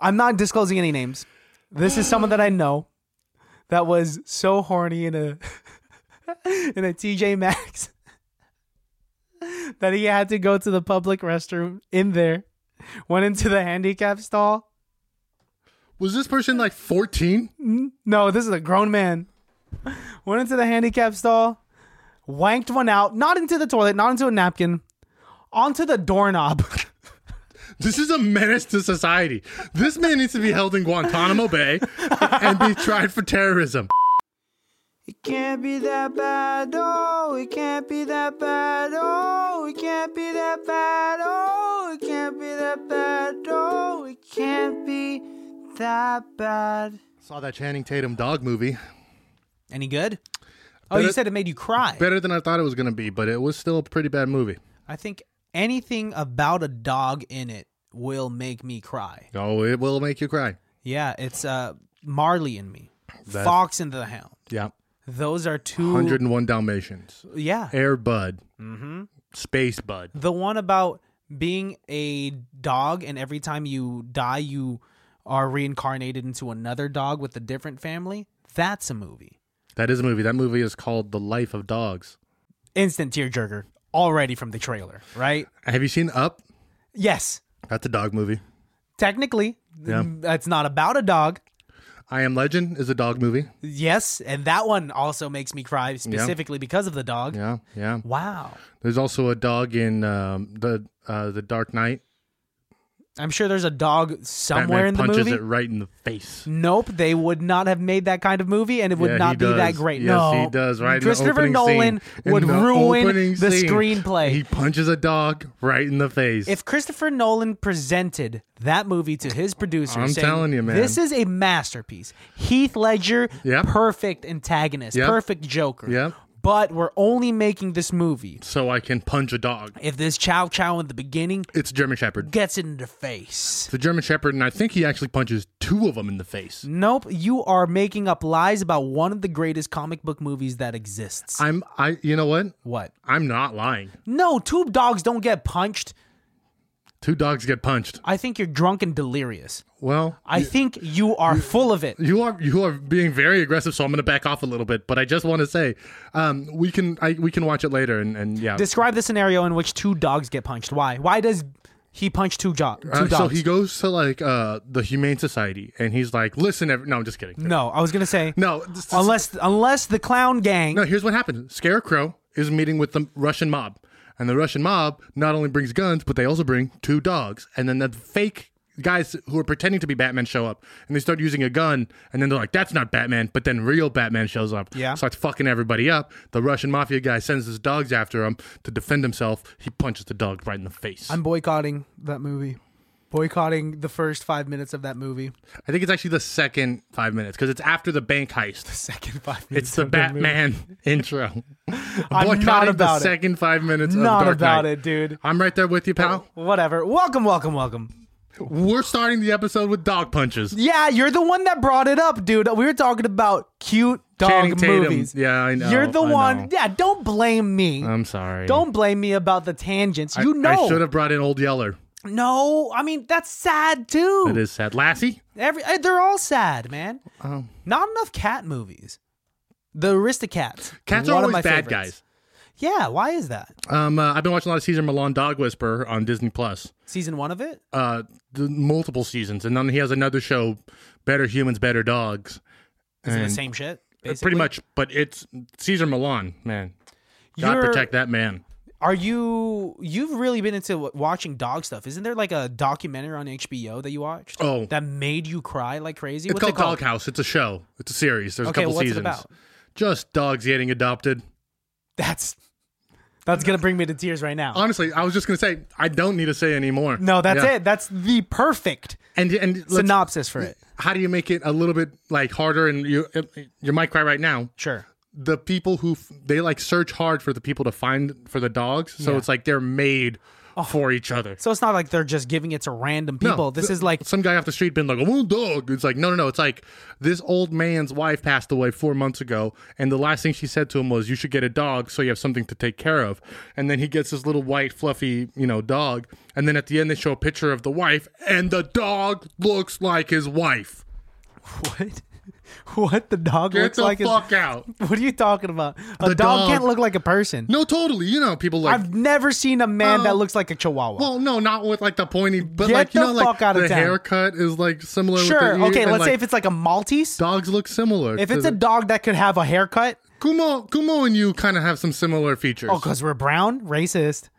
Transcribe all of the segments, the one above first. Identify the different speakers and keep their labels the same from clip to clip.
Speaker 1: I'm not disclosing any names. This is someone that I know that was so horny in a in a TJ Maxx that he had to go to the public restroom in there. Went into the handicap stall.
Speaker 2: Was this person like 14?
Speaker 1: No, this is a grown man. Went into the handicap stall, wanked one out, not into the toilet, not into a napkin, onto the doorknob.
Speaker 2: This is a menace to society. This man needs to be held in Guantanamo Bay and be tried for terrorism.
Speaker 1: It can't be that bad, oh, it can't be that bad, oh, it can't be that bad, oh, it can't be that bad, oh, it can't be that bad.
Speaker 2: Saw that Channing Tatum dog movie.
Speaker 1: Any good? Oh, you
Speaker 2: Better-
Speaker 1: said it made you cry.
Speaker 2: Better than I thought it was going to be, but it was still a pretty bad movie.
Speaker 1: I think anything about a dog in it will make me cry.
Speaker 2: Oh, it will make you cry.
Speaker 1: Yeah, it's uh Marley and me,
Speaker 2: That-
Speaker 1: Fox and the Hound.
Speaker 2: Yeah.
Speaker 1: Those are two.
Speaker 2: 101 Dalmatians.
Speaker 1: Yeah,
Speaker 2: Air Bud. Mm-hmm. Space Bud.
Speaker 1: the one about being a dog and every time you die you are reincarnated into another dog with a different family that's a movie
Speaker 2: That is a movie. That movie is called The Life of Dogs.
Speaker 1: instant tearjerker already from the trailer right
Speaker 2: Have you seen Up?
Speaker 1: yes
Speaker 2: That's a dog movie.
Speaker 1: technically
Speaker 2: Yeah.
Speaker 1: that's not about a dog
Speaker 2: I Am Legend is a dog movie.
Speaker 1: yes and that one also makes me cry specifically because of the dog
Speaker 2: Yeah, yeah.
Speaker 1: wow
Speaker 2: There's also a dog in um, the uh, the Dark Knight.
Speaker 1: i'm sure there's a dog somewhere
Speaker 2: Batman
Speaker 1: in the
Speaker 2: punches
Speaker 1: movie
Speaker 2: it right in the face.
Speaker 1: Nope, they would not have made that kind of movie, and it would
Speaker 2: Yeah,
Speaker 1: not be
Speaker 2: he
Speaker 1: that
Speaker 2: does.
Speaker 1: great.
Speaker 2: Yes,
Speaker 1: no,
Speaker 2: he does. Right, in the
Speaker 1: Christopher
Speaker 2: opening
Speaker 1: Nolan
Speaker 2: scene. In
Speaker 1: would
Speaker 2: the
Speaker 1: ruin
Speaker 2: opening
Speaker 1: the
Speaker 2: scene,
Speaker 1: screenplay.
Speaker 2: He punches a dog right in the face.
Speaker 1: if Christopher Nolan presented that movie to his producer,
Speaker 2: I'm
Speaker 1: saying,
Speaker 2: telling you, man.
Speaker 1: this is a masterpiece. Heath Ledger,
Speaker 2: Yep.
Speaker 1: perfect antagonist,
Speaker 2: Yep.
Speaker 1: perfect Joker.
Speaker 2: Yep.
Speaker 1: But we're only making this movie
Speaker 2: so I can punch a dog.
Speaker 1: if this Chow Chow in the beginning
Speaker 2: It's a German Shepherd.
Speaker 1: gets it in the face.
Speaker 2: It's a German Shepherd, and I think he actually punches two of them in the face.
Speaker 1: Nope, you are making up lies about one of the greatest comic book movies that exists.
Speaker 2: I'm I. You know what?
Speaker 1: what?
Speaker 2: I'm not lying.
Speaker 1: No, two dogs don't get punched.
Speaker 2: Two dogs get punched.
Speaker 1: I think you're drunk and delirious.
Speaker 2: Well,
Speaker 1: I think you are full of it.
Speaker 2: You are you are being very aggressive, so I'm going to back off a little bit. But I just want to say, um, we can I, we can watch it later, and, and yeah.
Speaker 1: Describe the scenario in which two dogs get punched. Why? Why does he punch two, jo- two
Speaker 2: Uh,
Speaker 1: dogs?
Speaker 2: so he goes to like uh, the Humane Society, and he's like, "Listen, every-" no, I'm just kidding.
Speaker 1: no, I was gonna say
Speaker 2: No, this- this-
Speaker 1: Unless unless the clown gang.
Speaker 2: no. Here's what happened: Scarecrow is meeting with the Russian mob, and the Russian mob not only brings guns, but they also bring two dogs, and then the fake guys who are pretending to be Batman show up, and they start using a gun, and then they're like, "That's not Batman," but then real Batman shows up,
Speaker 1: Yeah.
Speaker 2: starts fucking everybody up. The Russian mafia guy sends his dogs after him to defend himself. He punches the dog right in the face.
Speaker 1: I'm boycotting that movie. Boycotting the first five minutes of that movie.
Speaker 2: I think it's actually the second five minutes because it's after the bank heist.
Speaker 1: Second five minutes.
Speaker 2: It's the
Speaker 1: of that movie.
Speaker 2: Batman intro.
Speaker 1: I'm
Speaker 2: Boycotting
Speaker 1: not about it.
Speaker 2: the second five minutes.
Speaker 1: Not
Speaker 2: of Dark
Speaker 1: about
Speaker 2: Knight.
Speaker 1: it, dude.
Speaker 2: I'm right there with you, pal.
Speaker 1: Whatever. Welcome, welcome, welcome.
Speaker 2: We're starting the episode with dog punches.
Speaker 1: Oh. Yeah, you're the one that brought it up, dude. We were talking about cute
Speaker 2: Channing
Speaker 1: dog
Speaker 2: Tatum.
Speaker 1: movies.
Speaker 2: Yeah, I know,
Speaker 1: You're the
Speaker 2: I
Speaker 1: one.
Speaker 2: know.
Speaker 1: Yeah, don't blame me.
Speaker 2: I'm sorry.
Speaker 1: Don't blame me about the tangents. You know.
Speaker 2: I should have brought in Old Yeller.
Speaker 1: No, I mean that's sad too.
Speaker 2: It is sad. Lassie.
Speaker 1: Every eh, they're all sad, man.
Speaker 2: Um,
Speaker 1: Not enough cat movies. The Aristocats.
Speaker 2: Cats
Speaker 1: one
Speaker 2: are
Speaker 1: of my
Speaker 2: always bad
Speaker 1: favorites. Yeah, why is that?
Speaker 2: guys. Um, uh, I've been watching a lot of Caesar Milan Dog Whisperer on Disney Plus.
Speaker 1: Season one of it.
Speaker 2: Uh, the multiple seasons, and then he has another show, Better Humans, Better Dogs.
Speaker 1: Is it the
Speaker 2: And-
Speaker 1: same shit? Basically?
Speaker 2: Pretty much, but it's Caesar Milan, man. God
Speaker 1: You're-
Speaker 2: protect that man.
Speaker 1: Are you? You've really been into w- watching dog stuff. Isn't there like a documentary on HBO that you watched?
Speaker 2: Oh.
Speaker 1: that made you cry like crazy.
Speaker 2: It's
Speaker 1: What's
Speaker 2: called,
Speaker 1: it called?
Speaker 2: Doghouse. It's a show. It's a series. There's
Speaker 1: Okay,
Speaker 2: a couple
Speaker 1: what's it
Speaker 2: seasons.
Speaker 1: about?
Speaker 2: Just dogs getting adopted.
Speaker 1: That's that's gonna bring me to tears right now.
Speaker 2: Honestly, I was just gonna say I don't need to say anymore.
Speaker 1: no, that's
Speaker 2: Yeah.
Speaker 1: it. That's the perfect
Speaker 2: And and let's,
Speaker 1: synopsis for it.
Speaker 2: how do you make it a little bit like harder? And you you might cry right now.
Speaker 1: Sure.
Speaker 2: The people who f- they like search hard for the people to find for the dogs. So
Speaker 1: Yeah. Oh.
Speaker 2: it's like they're made for each other.
Speaker 1: So it's not like they're just giving it to random
Speaker 2: No,
Speaker 1: people. this
Speaker 2: th-
Speaker 1: is like
Speaker 2: some guy off the street been like, "Oh, dog." It's like, no, no, no. It's like this old man's wife passed away four months ago, and the last thing she said to him was, "You should get a dog so you have something to take care of." And then he gets this little white, fluffy, you know, dog. And then at the end, they show a picture of the wife, and the dog looks like his wife.
Speaker 1: what? What the dog
Speaker 2: Get
Speaker 1: looks
Speaker 2: the
Speaker 1: like? is-
Speaker 2: fuck out.
Speaker 1: what are you talking about? A
Speaker 2: The
Speaker 1: dog,
Speaker 2: dog-
Speaker 1: can't look like a person.
Speaker 2: No, totally. You know, people like.
Speaker 1: I've never seen a man that
Speaker 2: Oh.
Speaker 1: looks like a chihuahua.
Speaker 2: well, no, not with like the pointy, but
Speaker 1: Get
Speaker 2: like you
Speaker 1: the
Speaker 2: know, like
Speaker 1: fuck outta
Speaker 2: the
Speaker 1: town.
Speaker 2: haircut is like similar.
Speaker 1: sure.
Speaker 2: With the ear,
Speaker 1: okay.
Speaker 2: and,
Speaker 1: Let's say
Speaker 2: like,
Speaker 1: if it's like a Maltese.
Speaker 2: dogs look similar.
Speaker 1: If
Speaker 2: to
Speaker 1: it's a
Speaker 2: the-
Speaker 1: dog that could have a haircut,
Speaker 2: Kumo, Kumo, and you kind of have some similar features.
Speaker 1: oh, because we're brown, racist.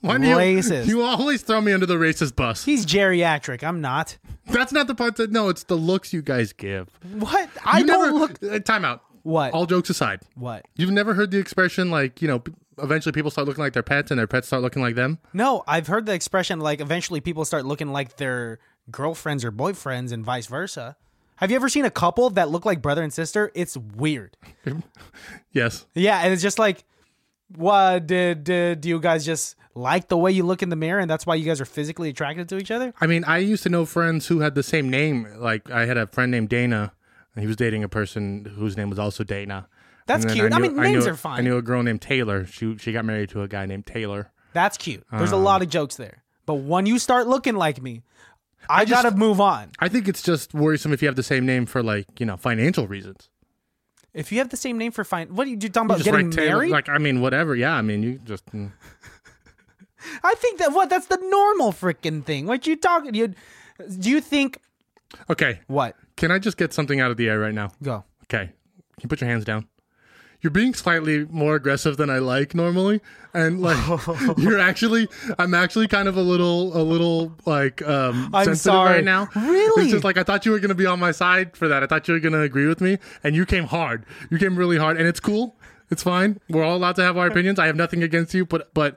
Speaker 2: Why do you,
Speaker 1: Racist.
Speaker 2: You always throw me under the racist bus.
Speaker 1: He's geriatric. I'm not.
Speaker 2: That's not the part that. No, it's the looks you guys give.
Speaker 1: What? I
Speaker 2: You
Speaker 1: don't
Speaker 2: never,
Speaker 1: look.
Speaker 2: Uh, time out.
Speaker 1: What?
Speaker 2: All jokes aside,
Speaker 1: What?
Speaker 2: you've never heard the expression like you know. p- Eventually, people start looking like their pets, and their pets start looking like them.
Speaker 1: No, I've heard the expression like eventually people start looking like their girlfriends or boyfriends and vice versa. Have you ever seen a couple that look like brother and sister? It's weird.
Speaker 2: Yes.
Speaker 1: Yeah, and it's just like, what did, did do you guys just like the way you look in the mirror and that's why you guys are physically attracted to each other?
Speaker 2: I mean, I used to know friends who had the same name. Like, I had a friend named Dana, and he was dating a person whose name was also Dana.
Speaker 1: That's
Speaker 2: And then
Speaker 1: cute. I mean, names
Speaker 2: knew-
Speaker 1: are fine.
Speaker 2: I knew a girl named Taylor. She she got married to a guy named Taylor.
Speaker 1: That's cute. There's a lot of jokes there. But when you start looking like me, I,
Speaker 2: just-
Speaker 1: gotta move on.
Speaker 2: I think it's just worrisome if you have the same name for like you know financial reasons.
Speaker 1: If you have the same name for fine, what are you you talking about?
Speaker 2: Just
Speaker 1: getting
Speaker 2: write Taylor-
Speaker 1: married?
Speaker 2: like I mean, whatever. Yeah, I mean, you just mm.
Speaker 1: I think that what that's the normal freaking thing. What you talking? You do you think
Speaker 2: okay.
Speaker 1: what?
Speaker 2: Can I just get something out of the air right now?
Speaker 1: Go.
Speaker 2: Okay, can you put your hands down? You're being slightly more aggressive than I like normally, and like you're actually, I'm actually kind of a little, a little like um,
Speaker 1: I'm
Speaker 2: sensitive
Speaker 1: sorry.
Speaker 2: right now.
Speaker 1: Really?
Speaker 2: It's just like I thought you were gonna be on my side for that. I thought you were gonna agree with me, and you came hard. You came really hard, and it's cool. It's fine. We're all allowed to have our opinions. I have nothing against you, but but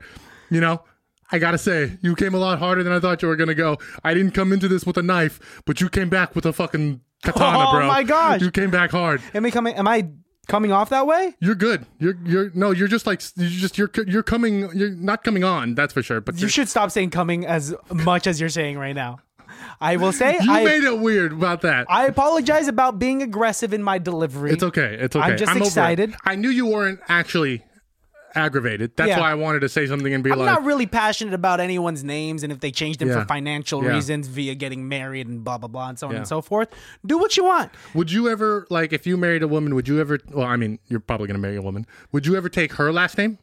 Speaker 2: you know. I gotta say, you came a lot harder than I thought you were gonna go. I didn't come into this with a knife, but you came back with a fucking katana,
Speaker 1: Oh
Speaker 2: bro.
Speaker 1: my gosh.
Speaker 2: You came back hard.
Speaker 1: Am I coming? Am I coming off that way?
Speaker 2: You're good. You're you're no. You're just like you're just you're you're coming. You're not coming on. That's for sure. But
Speaker 1: You
Speaker 2: you,
Speaker 1: should stop saying coming as much as you're saying right now. I will say I
Speaker 2: made it weird about that.
Speaker 1: I apologize about being aggressive in my delivery.
Speaker 2: it's okay. It's okay.
Speaker 1: I'm just
Speaker 2: over it.
Speaker 1: excited.
Speaker 2: I knew you weren't actually aggravated. That's
Speaker 1: Yeah.
Speaker 2: why I wanted to say something and be
Speaker 1: I'm
Speaker 2: like,
Speaker 1: not really passionate about anyone's names and if they changed them
Speaker 2: Yeah.
Speaker 1: for financial
Speaker 2: Yeah.
Speaker 1: reasons via getting married and blah blah blah and so on
Speaker 2: Yeah.
Speaker 1: and so forth. Do what you want.
Speaker 2: Would you ever like if you married a woman? Would you ever? Well, I mean, you're probably gonna marry a woman. Would you ever take her last name?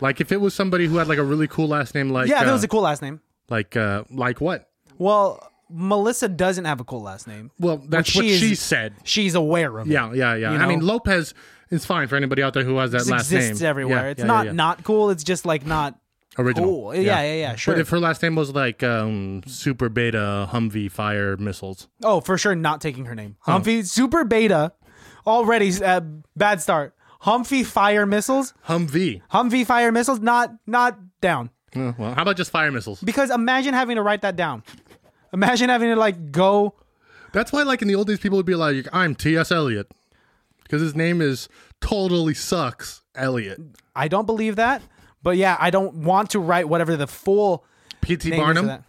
Speaker 2: Like if it was somebody who had like a really cool last name, like
Speaker 1: Yeah,
Speaker 2: uh,
Speaker 1: that was a cool last name.
Speaker 2: like uh, like what?
Speaker 1: Well, Melissa doesn't have a cool last name.
Speaker 2: Well, that's what
Speaker 1: she is-
Speaker 2: she said.
Speaker 1: She's aware of it.
Speaker 2: Yeah, yeah, yeah.
Speaker 1: You
Speaker 2: I mean,
Speaker 1: know?
Speaker 2: Lopez is fine for anybody out there who has that
Speaker 1: It
Speaker 2: last
Speaker 1: exists
Speaker 2: name.
Speaker 1: everywhere.
Speaker 2: Yeah,
Speaker 1: it's
Speaker 2: yeah,
Speaker 1: not
Speaker 2: yeah, yeah.
Speaker 1: not cool. It's just like not
Speaker 2: original.
Speaker 1: cool. Yeah, yeah, yeah. sure.
Speaker 2: But if her last name was like um, Super Beta Humvee Fire Missiles,
Speaker 1: oh, for sure, not taking her name. Humphy Super Beta, already uh, bad start. Humphy Fire Missiles.
Speaker 2: Humvee.
Speaker 1: Humvee Fire Missiles. Not not down.
Speaker 2: Uh, well, how about just fire missiles?
Speaker 1: Because imagine having to write that down. Imagine having to like go.
Speaker 2: That's why, like in the old days, people would be like, "I'm T.S. Eliot," because his name is totally sucks Eliot.
Speaker 1: I don't believe that, but yeah, I don't want to write whatever the full
Speaker 2: P.T.
Speaker 1: name is of
Speaker 2: Barnum,
Speaker 1: that.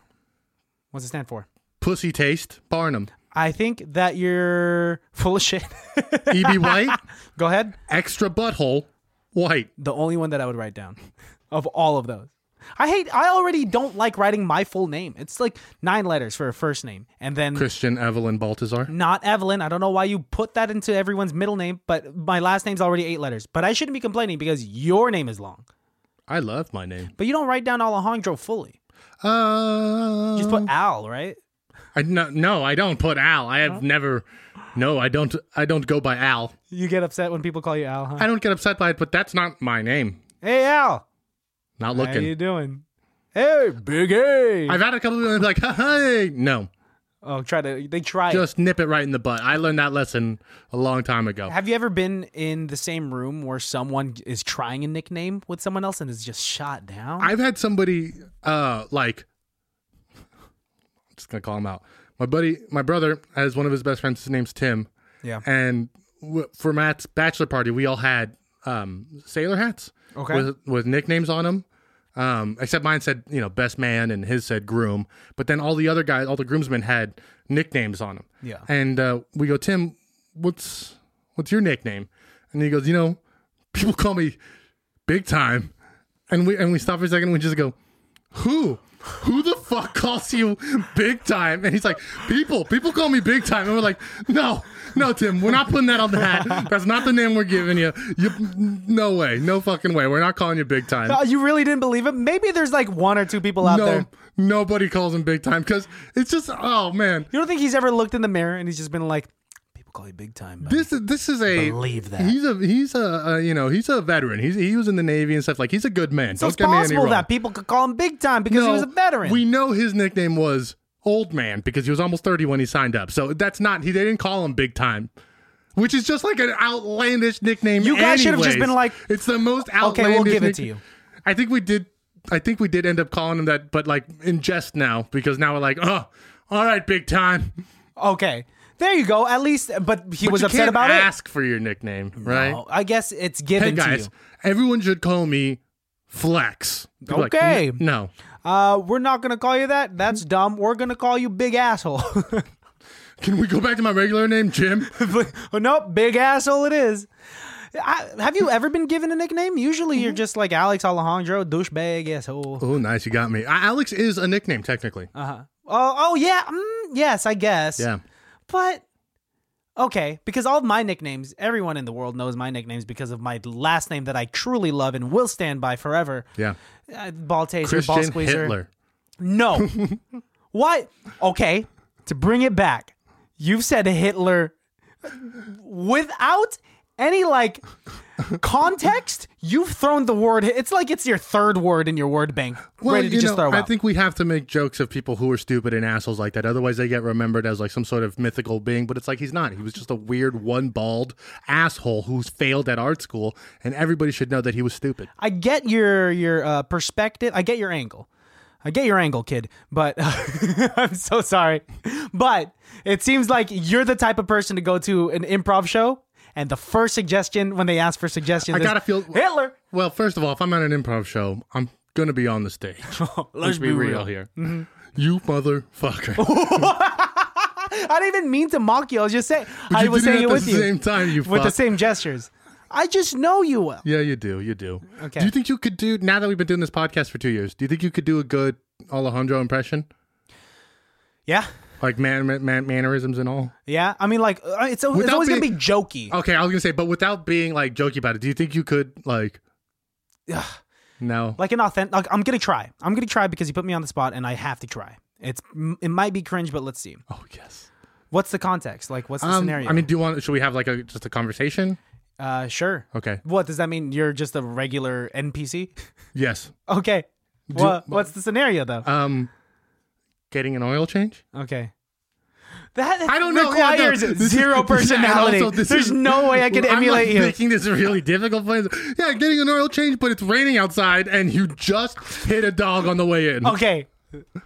Speaker 1: What's it stand for?
Speaker 2: Pussy Taste Barnum,
Speaker 1: I think that you're full of shit.
Speaker 2: E.B. E White,
Speaker 1: go ahead.
Speaker 2: Extra Butthole White.
Speaker 1: the only one that I would write down of all of those. I hate. I already don't like writing my full name. It's like nine letters for a first name, and then
Speaker 2: Christian Evelyn Baltazar.
Speaker 1: not Evelyn. I don't know why you put that into everyone's middle name, but my last name's already eight letters. But I shouldn't be complaining because your name is long.
Speaker 2: I love my name.
Speaker 1: But you don't write down Alejandro fully.
Speaker 2: Uh,
Speaker 1: You just put Al, right?
Speaker 2: I no, no, I don't put Al. I have never. No, I don't. I don't go by Al.
Speaker 1: You get upset when people call you Al, huh?
Speaker 2: I don't get upset by it, but that's not my name.
Speaker 1: hey Al,
Speaker 2: Not
Speaker 1: how you
Speaker 2: looking.
Speaker 1: doing? Hey Big A.
Speaker 2: I've had a couple of people like, hey, no,
Speaker 1: oh, try to. They try. it.
Speaker 2: just nip it right in the butt. I learned that lesson a long time ago.
Speaker 1: Have you ever been in the same room where someone is trying a nickname with someone else and is just shot down?
Speaker 2: I've had somebody uh like I'm just gonna call him out. My buddy, my brother has one of his best friends. His name's Tim.
Speaker 1: Yeah.
Speaker 2: And w- for Matt's bachelor party, we all had um sailor hats.
Speaker 1: Okay.
Speaker 2: With with nicknames on them. Um, except mine said, you know, best man, and his said groom. But then all the other guys, all the groomsmen had nicknames on them.
Speaker 1: Yeah.
Speaker 2: And uh, we go, Tim, what's what's your nickname? And he goes, you know, people call me big time. And we and we stop for a second. and We just go, who? Who the fuck calls you big time? And he's like, people, people call me big time. And we're like, no, no, Tim, we're not putting that on the hat. That's not the name we're giving you. You, no way, no fucking way. We're not calling you big time.
Speaker 1: Uh, you really didn't believe it? Maybe there's like one or two people out
Speaker 2: no,
Speaker 1: there.
Speaker 2: nobody calls him big time because it's just, oh man,
Speaker 1: You don't think he's ever looked in the mirror and he's just been like, people call you big time. buddy."
Speaker 2: this this is a
Speaker 1: Believe that.
Speaker 2: He's a he's a, uh you know he's a veteran. He's he was in the navy and stuff. Like he's a good man.
Speaker 1: so
Speaker 2: Don't
Speaker 1: it's
Speaker 2: get me any
Speaker 1: possible
Speaker 2: wrong.
Speaker 1: that people could call him big time because he was a
Speaker 2: No,
Speaker 1: veteran.
Speaker 2: We know his nickname was Old Man because he was almost 30 when he signed up. So that's not he they didn't call him Big Time. Which is just like an outlandish nickname.
Speaker 1: You guys should have just
Speaker 2: anyways.
Speaker 1: been like,
Speaker 2: it's the most outlandish.
Speaker 1: "Okay, we'll give it to
Speaker 2: nickna-
Speaker 1: you."
Speaker 2: I think we did. I think we did end up calling him that, but like in jest now because now we're like, oh, all right, big time.
Speaker 1: okay. There you go. At least, but he
Speaker 2: But
Speaker 1: was
Speaker 2: you
Speaker 1: upset
Speaker 2: can't
Speaker 1: about
Speaker 2: ask for your nickname,
Speaker 1: it.
Speaker 2: right?
Speaker 1: Oh, I guess it's
Speaker 2: Hey
Speaker 1: given
Speaker 2: guys,
Speaker 1: to
Speaker 2: everyone should call me Flex. People are like,
Speaker 1: Okay.
Speaker 2: "N- no,
Speaker 1: you. Uh, we're not gonna call you that. That's
Speaker 2: Mm-hmm.
Speaker 1: dumb. We're gonna call you big asshole.
Speaker 2: can we go back to my regular name, Jim?
Speaker 1: But- oh, nope, big asshole it is. I, have you ever been given a nickname? Usually,
Speaker 2: Mm-hmm.
Speaker 1: you're just like Alex Alejandro, douchebag asshole.
Speaker 2: Oh, nice. You got me. I- Alex is a nickname, technically.
Speaker 1: Uh-huh. Oh, oh yeah. Mm, yes, I guess.
Speaker 2: yeah.
Speaker 1: But okay, because all of my nicknames, everyone in the world knows my nicknames because of my last name that I truly love and will stand by forever.
Speaker 2: Yeah.
Speaker 1: Uh, ball taser, ball
Speaker 2: Christian
Speaker 1: squeezer.
Speaker 2: Hitler.
Speaker 1: No. what? Okay, to bring it back, you've said Hitler without any like context. You've thrown the word. It's like it's your third word in your word bank, ready to
Speaker 2: you
Speaker 1: just
Speaker 2: know,
Speaker 1: throw
Speaker 2: I
Speaker 1: out.
Speaker 2: think we have to make jokes of people who are stupid and assholes like that. Otherwise, they get remembered as like some sort of mythical being. But it's like he's not. He was just a weird, one bald asshole who's failed at art school, and everybody should know that he was stupid.
Speaker 1: I get your your uh, perspective. I get your angle. I get your angle, kid. But I'm so sorry. But it seems like you're the type of person to go to an improv show, and the first suggestion when they ask for suggestions,
Speaker 2: I
Speaker 1: is,
Speaker 2: gotta feel.
Speaker 1: Hitler.
Speaker 2: Well, first of all, if I'm at an improv show, I'm gonna be on the stage. Let's be, real, here. You motherfucker!
Speaker 1: I didn't even mean to mock you. I was just saying. I
Speaker 2: you
Speaker 1: was
Speaker 2: did
Speaker 1: saying
Speaker 2: it
Speaker 1: it
Speaker 2: at
Speaker 1: with
Speaker 2: the
Speaker 1: you
Speaker 2: same time. You
Speaker 1: with the
Speaker 2: fuck.
Speaker 1: same gestures. I just know you well.
Speaker 2: Yeah, you do. You do.
Speaker 1: Okay.
Speaker 2: Do you think you could do now that we've been doing this podcast for two years? Do you think you could do a good Alejandro impression,
Speaker 1: Yeah,
Speaker 2: like man, man, man mannerisms and all?
Speaker 1: yeah. I mean, like uh, it's, al- it's
Speaker 2: Without
Speaker 1: always
Speaker 2: being-
Speaker 1: gonna be jokey.
Speaker 2: Okay, I was gonna say, but without being like jokey about it, do you think you could like?
Speaker 1: Ugh.
Speaker 2: No.
Speaker 1: like an authentic. Like, I'm gonna try. I'm gonna try because you put me on the spot, and I have to try. It's m- it might be cringe, but let's see.
Speaker 2: oh yes.
Speaker 1: What's the context? Like, what's the
Speaker 2: Um,
Speaker 1: scenario?
Speaker 2: I mean, do you want? Should we have like a just a conversation?
Speaker 1: uh, sure.
Speaker 2: Okay.
Speaker 1: What does that mean? You're just a regular NPC.
Speaker 2: Yes.
Speaker 1: okay. What what's the scenario though?
Speaker 2: Um, getting an oil change.
Speaker 1: okay. That
Speaker 2: I don't know. Yeah, no,
Speaker 1: requires
Speaker 2: this is- yeah,
Speaker 1: zero
Speaker 2: and
Speaker 1: personality.
Speaker 2: also this
Speaker 1: There's
Speaker 2: is-
Speaker 1: no way I could
Speaker 2: I'm, like,
Speaker 1: emulate you.
Speaker 2: Making this really difficult for you. Yeah, getting an oil change, but it's raining outside, and you just hit a dog on the way in.
Speaker 1: Okay.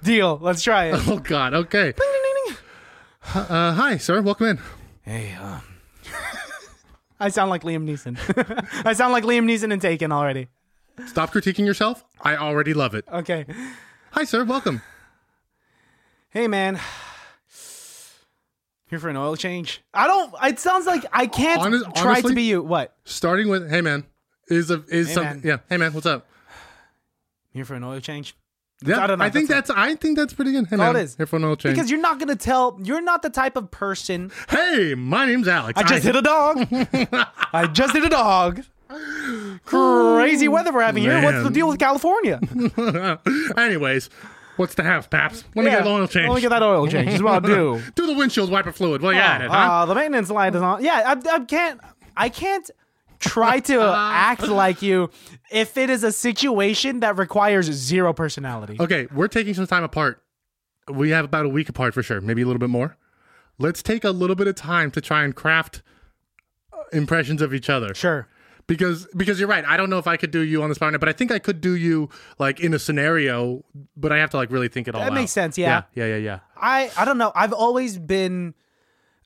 Speaker 1: Deal. Let's try it.
Speaker 2: Oh God. Okay. Uh, hi, sir. Welcome in.
Speaker 1: Hey, um. I sound like Liam Neeson. I sound like Liam Neeson and Taken already.
Speaker 2: Stop critiquing yourself. I already love it.
Speaker 1: Okay.
Speaker 2: Hi, sir. Welcome.
Speaker 1: Hey, man. Here for an oil change? I don't. It sounds like I can't
Speaker 2: Honest-
Speaker 1: try
Speaker 2: honestly-
Speaker 1: to be you. What?
Speaker 2: Starting with, hey man, is a is
Speaker 1: Hey,
Speaker 2: something.
Speaker 1: man.
Speaker 2: Yeah. Hey man, what's up?
Speaker 1: Here for an oil change?
Speaker 2: Yeah.
Speaker 1: I don't know,
Speaker 2: I think
Speaker 1: that's
Speaker 2: that's. I think that's pretty good. Hey
Speaker 1: all
Speaker 2: man,
Speaker 1: it is.
Speaker 2: here for an oil change.
Speaker 1: Because you're not gonna tell. You're not the type of person.
Speaker 2: hey, my name's Alex.
Speaker 1: I just hit a dog. I just hit a dog. Crazy weather we're having here. What's the
Speaker 2: Man.
Speaker 1: deal with California?
Speaker 2: Anyways, what's the half, paps? Let me
Speaker 1: Yeah.
Speaker 2: get an oil change.
Speaker 1: Let me get that oil change. Is what I'll do.
Speaker 2: Do the windshield wiper fluid while you're at it, huh?
Speaker 1: Uh, the maintenance light is on. Yeah, I, I can't. I can't try to act like you if it is a situation that requires zero personality.
Speaker 2: Okay, we're taking some time apart. We have about a week apart for sure, maybe a little bit more. Let's take a little bit of time to try and craft uh, impressions of each other
Speaker 1: Sure.
Speaker 2: because because you're right. I don't know if I could do you on the spot, but I think I could do you like in a scenario, but I have to like really think it all out.
Speaker 1: That makes sense, yeah.
Speaker 2: Yeah, yeah, yeah. yeah.
Speaker 1: I I don't know. I've always been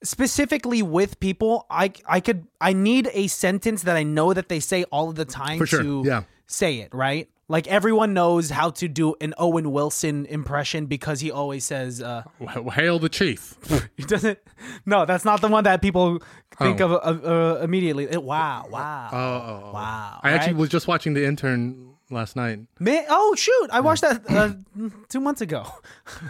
Speaker 1: specifically with people. I I could I need a sentence that I know that they say all of the time
Speaker 2: sure,
Speaker 1: to
Speaker 2: yeah.
Speaker 1: say it right. Like everyone knows how to do an Owen Wilson impression because he always says uh,
Speaker 2: Well, Hail the chief.
Speaker 1: he doesn't. No, that's not the one that people think
Speaker 2: Oh.
Speaker 1: of uh, uh, immediately. It- wow, wow,
Speaker 2: Oh, oh, oh.
Speaker 1: wow.
Speaker 2: I actually
Speaker 1: right?
Speaker 2: was just watching The Intern last night.
Speaker 1: Man, oh shoot! I watched that uh, two months ago.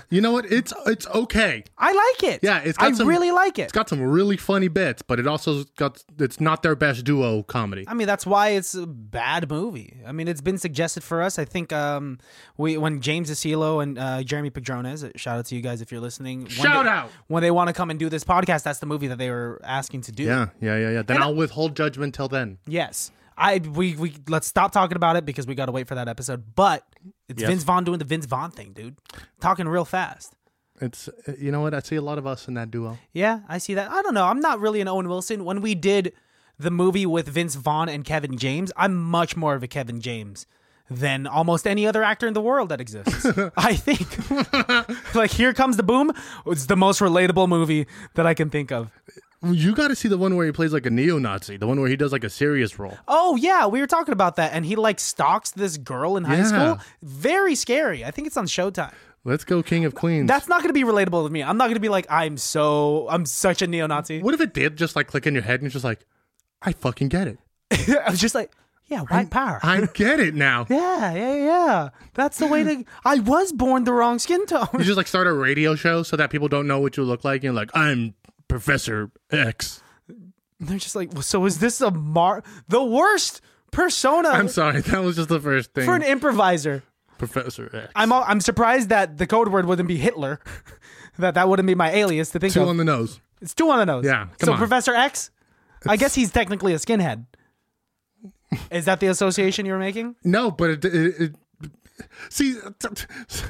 Speaker 2: You know what? It's it's okay.
Speaker 1: I like it.
Speaker 2: Yeah, it's
Speaker 1: I
Speaker 2: got some-
Speaker 1: really like it.
Speaker 2: It's got some really funny bits, but it also got it's not their best duo comedy.
Speaker 1: I mean, that's why it's a bad movie. I mean, it's been suggested for us. I think um, we when James Asilo and uh, Jeremy Padrones, shout out to you guys if you're listening. when
Speaker 2: Shout
Speaker 1: they-
Speaker 2: out.
Speaker 1: when they want to come and do this podcast. That's the movie that they were asking to do.
Speaker 2: Yeah, yeah, yeah, yeah. Then I'll withhold judgment till then.
Speaker 1: Yes. I we we let's stop talking about it because we got to wait for that episode. But it's
Speaker 2: Yes.
Speaker 1: Vince Vaughn doing the Vince Vaughn thing, dude. Talking real fast.
Speaker 2: It's you know what? I see a lot of us in that duo.
Speaker 1: Yeah, I see that. I don't know. I'm not really an Owen Wilson. When we did the movie with Vince Vaughn and Kevin James, I'm much more of a Kevin James than almost any other actor in the world that exists. I think. like Here Comes the Boom, it's the most relatable movie that I can think of.
Speaker 2: You got to see the one where he plays like a neo-Nazi, the one where he does like a serious role.
Speaker 1: Oh yeah, we were talking about that and he like stalks this girl in high
Speaker 2: Yeah.
Speaker 1: school. Very scary. I think it's on Showtime.
Speaker 2: Let's go, King of Queens.
Speaker 1: That's not going to be relatable to me. I'm not going to be like I'm so I'm such a neo-Nazi.
Speaker 2: what if it did just like click in your head and you're just like, I fucking get it.
Speaker 1: I was just like, yeah, white power.
Speaker 2: I get it now.
Speaker 1: Yeah, yeah, yeah. That's the way to. I was born the wrong skin
Speaker 2: You
Speaker 1: tone.
Speaker 2: just like start a radio show so that people don't know what you look like. You're like, I'm Professor X.
Speaker 1: They're just like, well, so is this a mar? The worst persona
Speaker 2: I'm sorry, that was just the first thing.
Speaker 1: for an improviser.
Speaker 2: Professor X.
Speaker 1: I'm all, I'm surprised that the code word wouldn't be Hitler. that that wouldn't be my alias to think
Speaker 2: Two
Speaker 1: of.
Speaker 2: on the nose.
Speaker 1: it's two on the nose.
Speaker 2: Yeah, come
Speaker 1: So
Speaker 2: on.
Speaker 1: Professor X, I guess he's technically a skinhead. Is that the association you were making?
Speaker 2: No, but it. it, it See, t- t-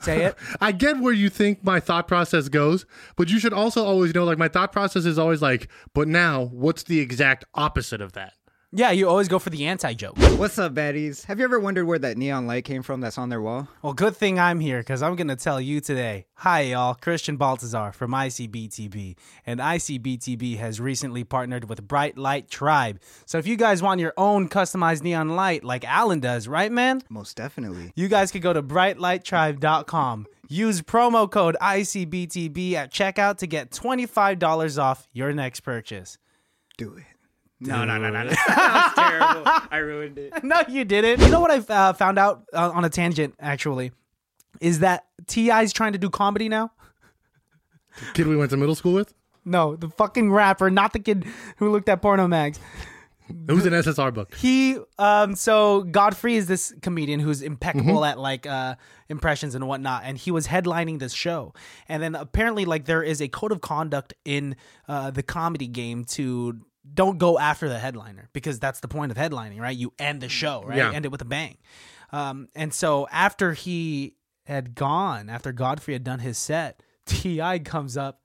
Speaker 1: Say it.
Speaker 2: I get where you think my thought process goes, but you should also always know like my thought process is always like, but now what's the exact opposite of that?
Speaker 1: Yeah, you always go for the anti joke.
Speaker 3: What's up, baddies? Have you ever wondered where that neon light came from that's on their wall?
Speaker 1: Well, good thing I'm here because I'm going to tell you today. Hi, y'all. Christian Baltazar from ICBTB. And ICBTB has recently partnered with Bright Light Tribe. So if you guys want your own customized neon light like Alan does, right, man?
Speaker 3: Most definitely.
Speaker 1: You guys could go to brightlighttribe.com. Use promo code ICBTB at checkout to get $25 off your next purchase.
Speaker 3: Do it. No, no, no, no. no. that was terrible. I ruined it.
Speaker 1: No, you didn't. You know what I uh, found out uh, on a tangent, actually, is that T.I.'s trying to do comedy now?
Speaker 2: Kid we went to middle school with?
Speaker 1: No, the fucking rapper, not the kid who looked at porno mags.
Speaker 2: It was an SSR book.
Speaker 1: He, um, so Godfrey is this comedian who's impeccable
Speaker 2: Mm-hmm.
Speaker 1: at like uh, impressions and whatnot, and he was headlining this show. And then apparently, like there is a code of conduct in uh, the comedy game to don't go after the headliner because that's the point of headlining, right? You end the show, right?
Speaker 2: Yeah.
Speaker 1: You end it with a bang. Um, and so after he had gone, after Godfrey had done his set, Ti comes up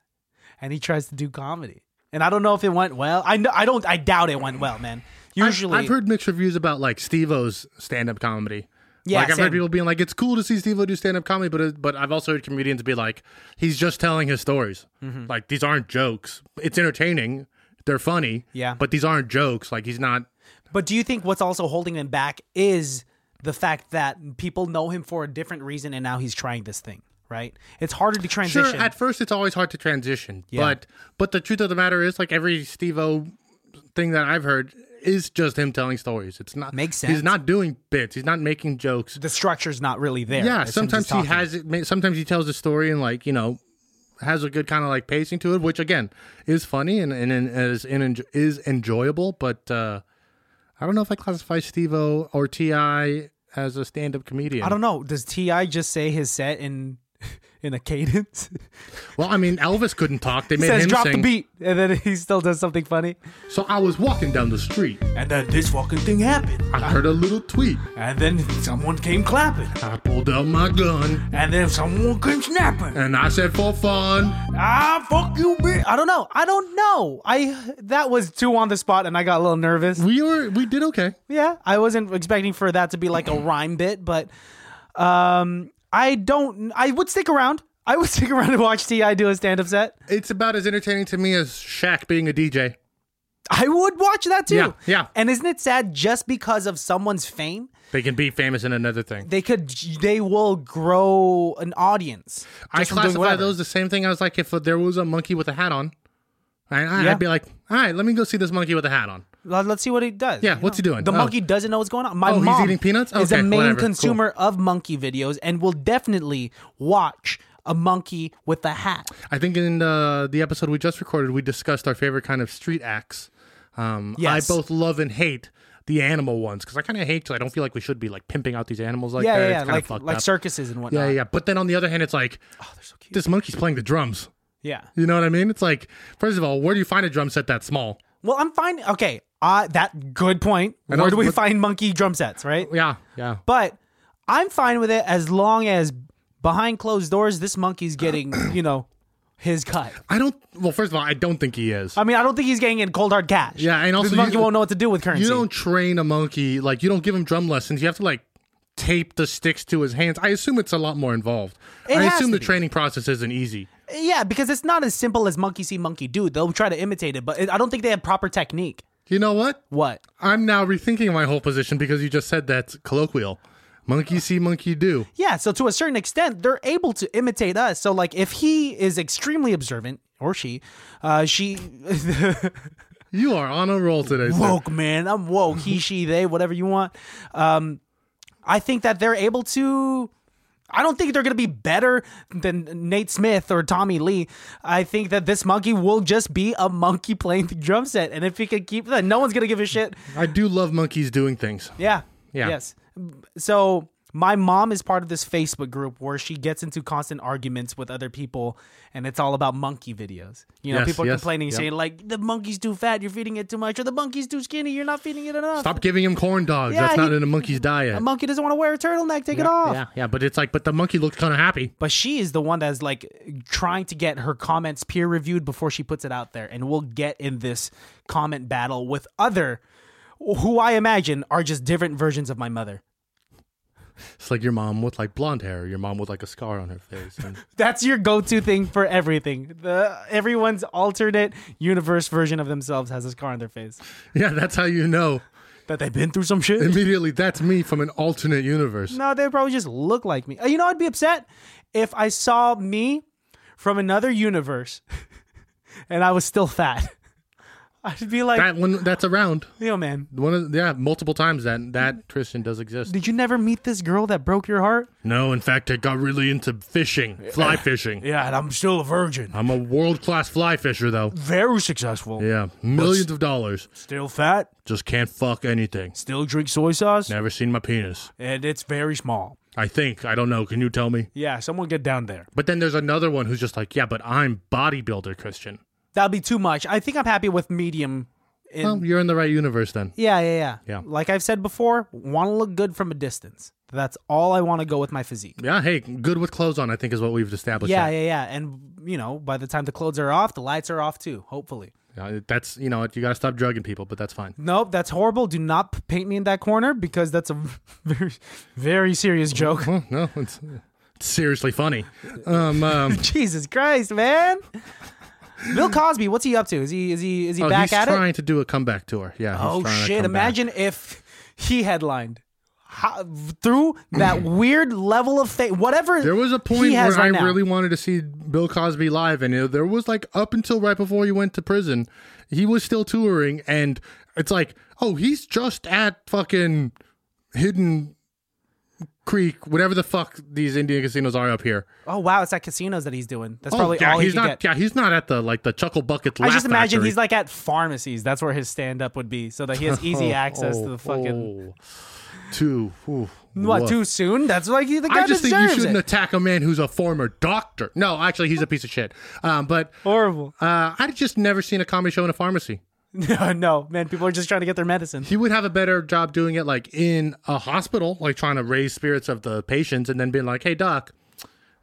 Speaker 1: and he tries to do comedy. And I don't know if it went well. I know I don't I doubt it went well, man. Usually
Speaker 2: I've heard mixed reviews about like Steve-O's stand-up comedy.
Speaker 1: Yeah,
Speaker 2: like I've
Speaker 1: same.
Speaker 2: heard people being like, "It's cool to see Steve-O do stand-up comedy," but it, but I've also heard comedians be like, "He's just telling his stories.
Speaker 3: Mm-hmm.
Speaker 2: Like these aren't jokes. It's entertaining. They're funny.
Speaker 1: Yeah.
Speaker 2: but these aren't jokes. Like he's not.
Speaker 1: But do you think what's also holding him back is the fact that people know him for a different reason and now he's trying this thing, right? It's harder to
Speaker 2: Sure,
Speaker 1: transition.
Speaker 2: at first it's always hard to transition, but but the truth of the matter is, like every Steve-O thing that I've heard is just him telling stories. It's not
Speaker 1: Makes sense.
Speaker 2: He's not doing bits. He's not making jokes.
Speaker 1: the structure's not really there.
Speaker 2: Yeah,
Speaker 1: as soon as he's
Speaker 2: sometimes he
Speaker 1: talking.
Speaker 2: has it. ma- Sometimes he tells a story and like you know has a good kind of like pacing to it, which again is funny and and, and is and enj- is enjoyable. But uh I don't know if I classify Steve-O or Ti as a stand-up comedian.
Speaker 1: I don't know. Does Ti just say his set in in a cadence?
Speaker 2: Well, I mean Elvis couldn't talk. They made
Speaker 1: Says
Speaker 2: him
Speaker 1: drop
Speaker 2: sing.
Speaker 1: the beat, and then he still does something funny.
Speaker 2: So I was walking down the street.
Speaker 1: And then this fucking thing happened.
Speaker 2: I heard a little tweet.
Speaker 1: And then someone came clapping.
Speaker 2: I pulled out my gun
Speaker 1: And then someone came snapping.
Speaker 2: and I said for fun.
Speaker 1: Ah, fuck you, bitch. I don't know. I don't know. I that was too on the spot, and I got a little nervous.
Speaker 2: We were we did okay.
Speaker 1: Yeah, I wasn't expecting for that to be like a rhyme bit, but um, I don't. I would stick around. I would stick around and watch Ti do a stand-up set.
Speaker 2: It's about as entertaining to me as Shaq being a DJ.
Speaker 1: I would watch that too.
Speaker 2: Yeah, yeah.
Speaker 1: And isn't it sad just because of someone's fame,
Speaker 2: They can be famous in another thing.
Speaker 1: they could they will grow an audience.
Speaker 2: I
Speaker 1: just from doing
Speaker 2: classify
Speaker 1: whatever.
Speaker 2: those the same thing. I was like, if there was a monkey with a hat on, I, I,
Speaker 1: Yeah.
Speaker 2: I'd be like, all right, let me go see this monkey with a hat on.
Speaker 1: Let- Let's see what he does.
Speaker 2: Yeah, what's he doing?
Speaker 1: The
Speaker 2: Oh.
Speaker 1: monkey doesn't know what's going on. My
Speaker 2: Oh, he's
Speaker 1: mom
Speaker 2: eating peanuts?
Speaker 1: is a
Speaker 2: Okay,
Speaker 1: main
Speaker 2: whatever, cool.
Speaker 1: consumer of monkey videos and will definitely watch a monkey with a hat.
Speaker 2: I think in uh, the episode we just recorded, we discussed our favorite kind of street acts. Um,
Speaker 1: Yes.
Speaker 2: I both love and hate the animal ones because I kind of hate 'cause I don't feel like we should be like pimping out these animals like
Speaker 1: yeah,
Speaker 2: that.
Speaker 1: yeah,
Speaker 2: It's
Speaker 1: yeah.
Speaker 2: kinda
Speaker 1: like
Speaker 2: fucked
Speaker 1: like
Speaker 2: up.
Speaker 1: circuses and whatnot.
Speaker 2: yeah, yeah. But then on the other hand, it's like
Speaker 1: Oh,
Speaker 2: this monkey's playing the drums.
Speaker 1: yeah.
Speaker 2: You know what I mean? It's like, first of all, where do you find a drum set that small?
Speaker 1: Well, I'm fine. Okay, uh, that good point.
Speaker 2: And I
Speaker 1: Where
Speaker 2: was
Speaker 1: do we
Speaker 2: look-
Speaker 1: find monkey drum sets, right?
Speaker 2: Yeah, yeah.
Speaker 1: But I'm fine with it as long as behind closed doors, this monkey's getting you know his cut.
Speaker 2: I don't. Well, first of all, I don't think he is.
Speaker 1: I mean, I don't think he's getting in cold hard cash.
Speaker 2: Yeah, and also
Speaker 1: this
Speaker 2: you-
Speaker 1: monkey won't know what to do with currency.
Speaker 2: You don't train a monkey like you don't give him drum lessons. You have to like tape the sticks to his hands. I assume it's a lot more involved.
Speaker 1: It
Speaker 2: I
Speaker 1: has
Speaker 2: assume
Speaker 1: to
Speaker 2: the
Speaker 1: be.
Speaker 2: training process isn't easy.
Speaker 1: Yeah, because it's not as simple as monkey see monkey do. They'll try to imitate it, but it, I don't think they have proper technique.
Speaker 2: You know what?
Speaker 1: What?
Speaker 2: I'm now rethinking my whole position because you just said that's colloquial. Monkey see, monkey do.
Speaker 1: Yeah, so to a certain extent, they're able to imitate us. So like, if he is extremely observant or she, uh, she
Speaker 2: You are on a roll today. sir.
Speaker 1: woke man, I'm woke. He, she, they, whatever you want. Um, I think that they're able to. I don't think they're going to be better than Nate Smith or Tommy Lee. I think that this monkey will just be a monkey playing the drum set, and if he can keep that, no one's going to give a shit.
Speaker 2: I do love monkeys doing things.
Speaker 1: Yeah.
Speaker 2: Yeah.
Speaker 1: Yes. So my mom is part of this Facebook group where she gets into constant arguments with other people, and it's all about monkey videos. You know,
Speaker 2: Yes,
Speaker 1: people are
Speaker 2: yes,
Speaker 1: complaining,
Speaker 2: yeah.
Speaker 1: saying like, "The monkey's too fat. You're feeding it too much," or "The monkey's too skinny. You're not feeding it enough."
Speaker 2: Stop giving him corn dogs.
Speaker 1: Yeah,
Speaker 2: that's not
Speaker 1: he-
Speaker 2: in a monkey's diet.
Speaker 1: A monkey doesn't want to wear a turtleneck. Take it off.
Speaker 2: yeah, yeah, but it's like, but the monkey looks kind of happy.
Speaker 1: But she is the one that's like trying to get her comments peer reviewed before she puts it out there, and we'll get in this comment battle with other, who I imagine are just different versions of my mother.
Speaker 2: It's like your mom with like blonde hair, your mom with like a scar on her face. And
Speaker 1: That's your go-to thing for everything. The everyone's alternate universe version of themselves has a scar on their face
Speaker 2: yeah, that's how you know.
Speaker 1: that they've been through some shit.
Speaker 2: Immediately, that's me from an alternate universe.
Speaker 1: No, they probably just look like me. Uh, You know, I'd be upset if I saw me from another universe and I was still fat. I'd be like,
Speaker 2: That one, that's around.
Speaker 1: yo, man,
Speaker 2: One of yeah, multiple times that that Tristan does exist.
Speaker 1: did you never meet this girl that broke your heart?
Speaker 2: No, in fact, I got really into fishing, fly fishing.
Speaker 1: Yeah, and I'm still a virgin.
Speaker 2: I'm a world class fly fisher, though.
Speaker 1: Very successful.
Speaker 2: Yeah, millions of dollars.
Speaker 1: Still fat.
Speaker 2: Just can't fuck anything.
Speaker 1: Still drink soy sauce.
Speaker 2: Never seen my penis.
Speaker 1: And it's very small.
Speaker 2: I think I don't know. Can you tell me?
Speaker 1: Yeah, someone get down there.
Speaker 2: But then there's another one who's just like, yeah, but I'm bodybuilder Christian.
Speaker 1: That'd be too much. I think I'm happy with medium. In,
Speaker 2: Well, you're in the right universe then.
Speaker 1: yeah, yeah, yeah.
Speaker 2: Yeah.
Speaker 1: Like I've said before, want to look good from a distance. That's all I want to go with my physique.
Speaker 2: Yeah, hey, good with clothes on. I think is what we've established.
Speaker 1: Yeah,
Speaker 2: that.
Speaker 1: yeah, yeah. And you know, by the time the clothes are off, the lights are off too. Hopefully.
Speaker 2: Uh, That's you know what, you gotta stop drugging people, but that's fine.
Speaker 1: Nope, that's horrible. Do not p- paint me in that corner because that's a very, very serious joke.
Speaker 2: Well, no, it's, it's seriously funny. Um, um,
Speaker 1: Jesus Christ, man. Bill Cosby, what's he up to? Is he is he is he
Speaker 2: oh,
Speaker 1: back
Speaker 2: he's
Speaker 1: at it?
Speaker 2: trying to do a comeback tour. Yeah. he's
Speaker 1: Oh
Speaker 2: trying to
Speaker 1: shit!
Speaker 2: come back.
Speaker 1: Imagine if he headlined How, through that weird level of fame. Whatever.
Speaker 2: There was a point
Speaker 1: he
Speaker 2: where
Speaker 1: has
Speaker 2: I
Speaker 1: right now.
Speaker 2: really wanted to see Bill Cosby live, and you know, there was like up until right before he went to prison, he was still touring, and it's like, oh, he's just at fucking Hidden Creek, whatever the fuck these Indian casinos are up here. Oh,
Speaker 1: Oh wow, it's at casinos that he's doing. That's probably
Speaker 2: yeah,
Speaker 1: all he
Speaker 2: he's
Speaker 1: could
Speaker 2: not.
Speaker 1: get.
Speaker 2: Yeah, he's not at the like the Chuckle Bucket.
Speaker 1: I
Speaker 2: Laugh
Speaker 1: just imagine
Speaker 2: Factory.
Speaker 1: he's like at pharmacies. That's where his stand up would be, so that he has easy access to the fucking.
Speaker 2: oh. Too. ooh,
Speaker 1: What
Speaker 2: woof.
Speaker 1: too soon? That's like he, the guy
Speaker 2: I just think you
Speaker 1: deserves
Speaker 2: shouldn't
Speaker 1: it.
Speaker 2: attack a man who's a former doctor. No, actually, he's a piece of shit. Um, but
Speaker 1: Horrible.
Speaker 2: uh, I'd just never seen a comedy show in a pharmacy.
Speaker 1: No, no, man, people are just trying to get their medicine.
Speaker 2: He would have a better job doing it like in a hospital, like trying to raise spirits of the patients, and then being like, "Hey, doc."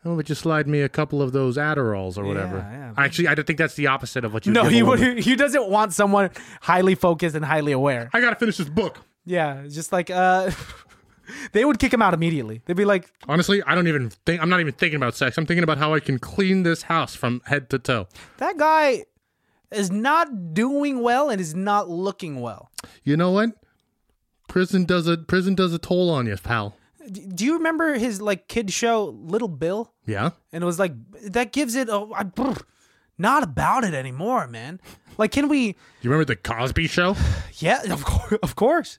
Speaker 2: Why don't you slide me a couple of those Adderalls or whatever?
Speaker 1: yeah.
Speaker 2: Actually, I don't think that's the opposite of what you.
Speaker 1: No,
Speaker 2: give a
Speaker 1: he would.
Speaker 2: woman.
Speaker 1: He doesn't want someone highly focused and highly aware.
Speaker 2: I gotta finish this book.
Speaker 1: Yeah, just like uh, they would kick him out immediately. They'd be like,
Speaker 2: Honestly, I don't even think I'm not even thinking about sex. I'm thinking about how I can clean this house from head to toe.
Speaker 1: That guy is not doing well and is not looking well.
Speaker 2: You know what? Prison does a prison does a toll on you, pal.
Speaker 1: D- Do you remember his like kid show Little Bill?
Speaker 2: Yeah.
Speaker 1: And it was like that gives it a I- brr, not about it anymore, man. Like can we
Speaker 2: You remember the Cosby Show?
Speaker 1: Yeah, of course, of course.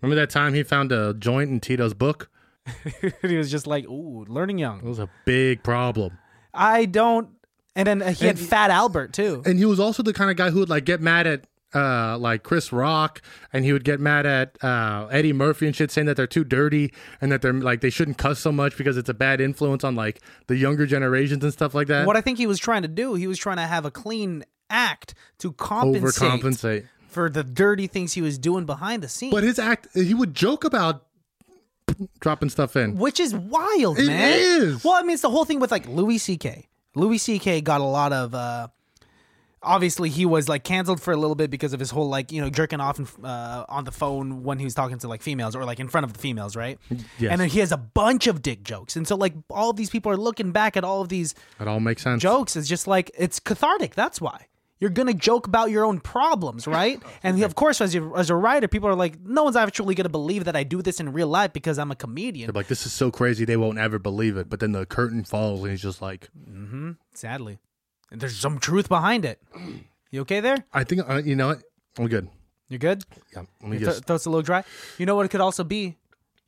Speaker 2: Remember that time he found a joint in Tito's book?
Speaker 1: he was just like, "Ooh, learning
Speaker 2: It
Speaker 1: young."
Speaker 2: was a big problem.
Speaker 1: I don't and then uh, he had Fat Albert too.
Speaker 2: and he was also the kind of guy who would like get mad at uh like Chris Rock and he would get mad at uh Eddie Murphy and shit saying that they're too dirty and that they're like they shouldn't cuss so much because it's a bad influence on like the younger generations and stuff like that.
Speaker 1: what I think he was trying to do, he was trying to have a clean act to compensate
Speaker 2: overcompensate.
Speaker 1: for the dirty things he was doing behind the scenes,
Speaker 2: But his act he would joke about dropping stuff in.
Speaker 1: which is wild,
Speaker 2: It
Speaker 1: man.
Speaker 2: is.
Speaker 1: Well, I mean, it's the whole thing with like Louis C.K. Louis C.K. got a lot of. uh Obviously, he was like canceled for a little bit because of his whole like you know jerking off and, uh, on the phone when he was talking to like females or like in front of the females, right?
Speaker 2: Yes.
Speaker 1: And then he has a bunch of dick jokes, and so like all these people are looking back at all of these
Speaker 2: It all makes sense.
Speaker 1: jokes is just like it's cathartic. That's why you're gonna joke about your own problems, right? and of course, as you, as a writer, people are like, no one's actually gonna believe that I do this in real life because I'm a comedian.
Speaker 2: They're like this is so crazy they won't ever believe it. But then the curtain falls and he's just like
Speaker 1: Sadly, and there's some truth behind it. You okay there?
Speaker 2: I think uh, you know what? I'm good.
Speaker 1: You're good.
Speaker 2: Yeah, let me
Speaker 1: Your
Speaker 2: just
Speaker 1: throat- throat's a little dry. You know what it could also be?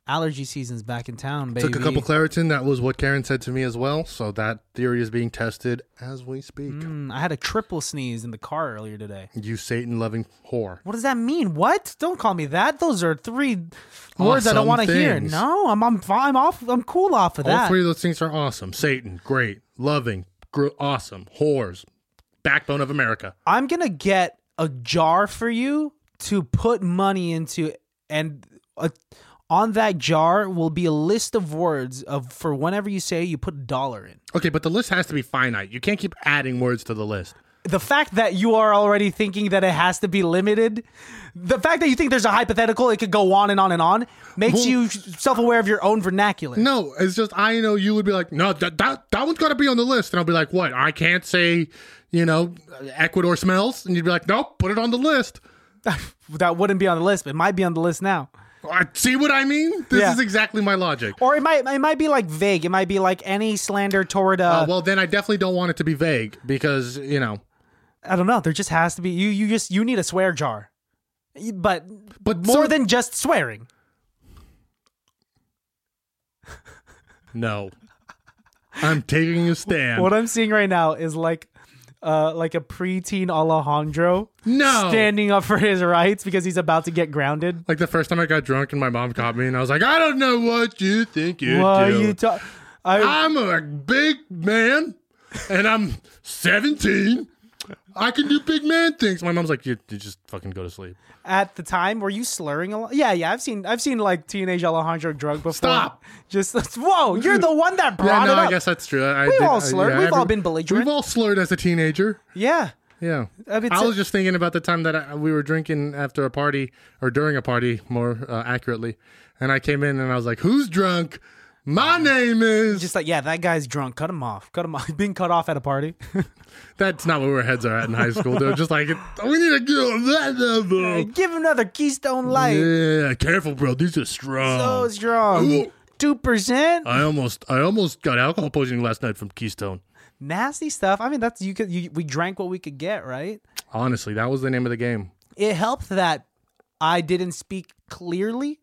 Speaker 1: Allergy season's back in town, baby.
Speaker 2: Took a couple Claritin. That was what Karen said to me as well. So that theory is being tested as we speak.
Speaker 1: Mm, I had a triple sneeze in the car earlier today.
Speaker 2: You Satan loving whore.
Speaker 1: What does that mean? What? Don't call me that. Those are three words I don't
Speaker 2: Awesome
Speaker 1: want to hear.
Speaker 2: things.
Speaker 1: No, I'm I'm fine. I'm off. I'm cool off of
Speaker 2: All
Speaker 1: that.
Speaker 2: three of those things are awesome. Satan, great, loving, gr- awesome, whores, backbone of America.
Speaker 1: I'm gonna get a jar for you to put money into, and uh on that jar will be a list of words of for whenever you say you put a dollar in.
Speaker 2: Okay, but the list has to be finite. You can't keep adding words to the list.
Speaker 1: The fact that you are already thinking that it has to be limited, the fact that you think there's a hypothetical, it could go on and on and on, makes
Speaker 2: Well-
Speaker 1: you self-aware of your own vernacular.
Speaker 2: No, it's just I know you would be like, no, that that that one's got to be on the list, and I'll be like, what? I can't say, you know, Ecuador smells, and you'd be like, nope, put it on the list.
Speaker 1: that wouldn't be on the list, but it might be on the list now.
Speaker 2: Uh, See what I mean? This
Speaker 1: Yeah.
Speaker 2: is exactly my logic.
Speaker 1: Or it might it might be like vague. It might be like any slander toward uh,
Speaker 2: Uh, well, then I definitely don't want it to be vague because you know.
Speaker 1: I don't know. There just has to be you. You just you need a swear jar, You- but
Speaker 2: But
Speaker 1: more
Speaker 2: some-
Speaker 1: than just swearing.
Speaker 2: no, I'm taking a stand.
Speaker 1: What I'm seeing right now is like, uh, like a preteen Alejandro
Speaker 2: No.
Speaker 1: standing up for his rights because he's about to get grounded.
Speaker 2: like the first time I got drunk and my mom caught me, and I was like, I don't know what you think you
Speaker 1: Why
Speaker 2: do.
Speaker 1: you talk? I,
Speaker 2: I'm a big man, and I'm 17. I can do big man things. My mom's like, you, you just fucking go to sleep.
Speaker 1: at the time, were you slurring a lot? Yeah, yeah. I've seen I've seen like teenage Alejandro drunk before.
Speaker 2: Stop.
Speaker 1: Just whoa, you're the one that
Speaker 2: Yeah,
Speaker 1: brought
Speaker 2: no,
Speaker 1: it up.
Speaker 2: I guess that's true. I, I
Speaker 1: We've
Speaker 2: did-
Speaker 1: all
Speaker 2: I-
Speaker 1: slurred. We've all been belligerent.
Speaker 2: We've all slurred as a teenager.
Speaker 1: Yeah.
Speaker 2: Yeah.
Speaker 1: I mean,
Speaker 2: I
Speaker 1: so-
Speaker 2: was just thinking about the time that I, we were drinking after a party or during a party, more uh, accurately. And I came in and I was like, "Who's drunk?
Speaker 1: Uh-huh.
Speaker 2: My name is."
Speaker 1: Just like yeah, that guy's drunk. Cut him off. Cut him off. Being cut off at a party.
Speaker 2: That's not where our heads are at in high school. They're just like, "Oh, "We need to get on that level."
Speaker 1: Give him another Keystone Light.
Speaker 2: Yeah, careful, bro. These are strong.
Speaker 1: so strong.
Speaker 2: Ooh.
Speaker 1: Two percent,
Speaker 2: I almost, I almost got alcohol poisoning last night from Keystone.
Speaker 1: nasty stuff. I mean, that's you could. You, we drank what we could get, right?
Speaker 2: Honestly, that was the name of the game.
Speaker 1: It helped that I didn't speak clearly.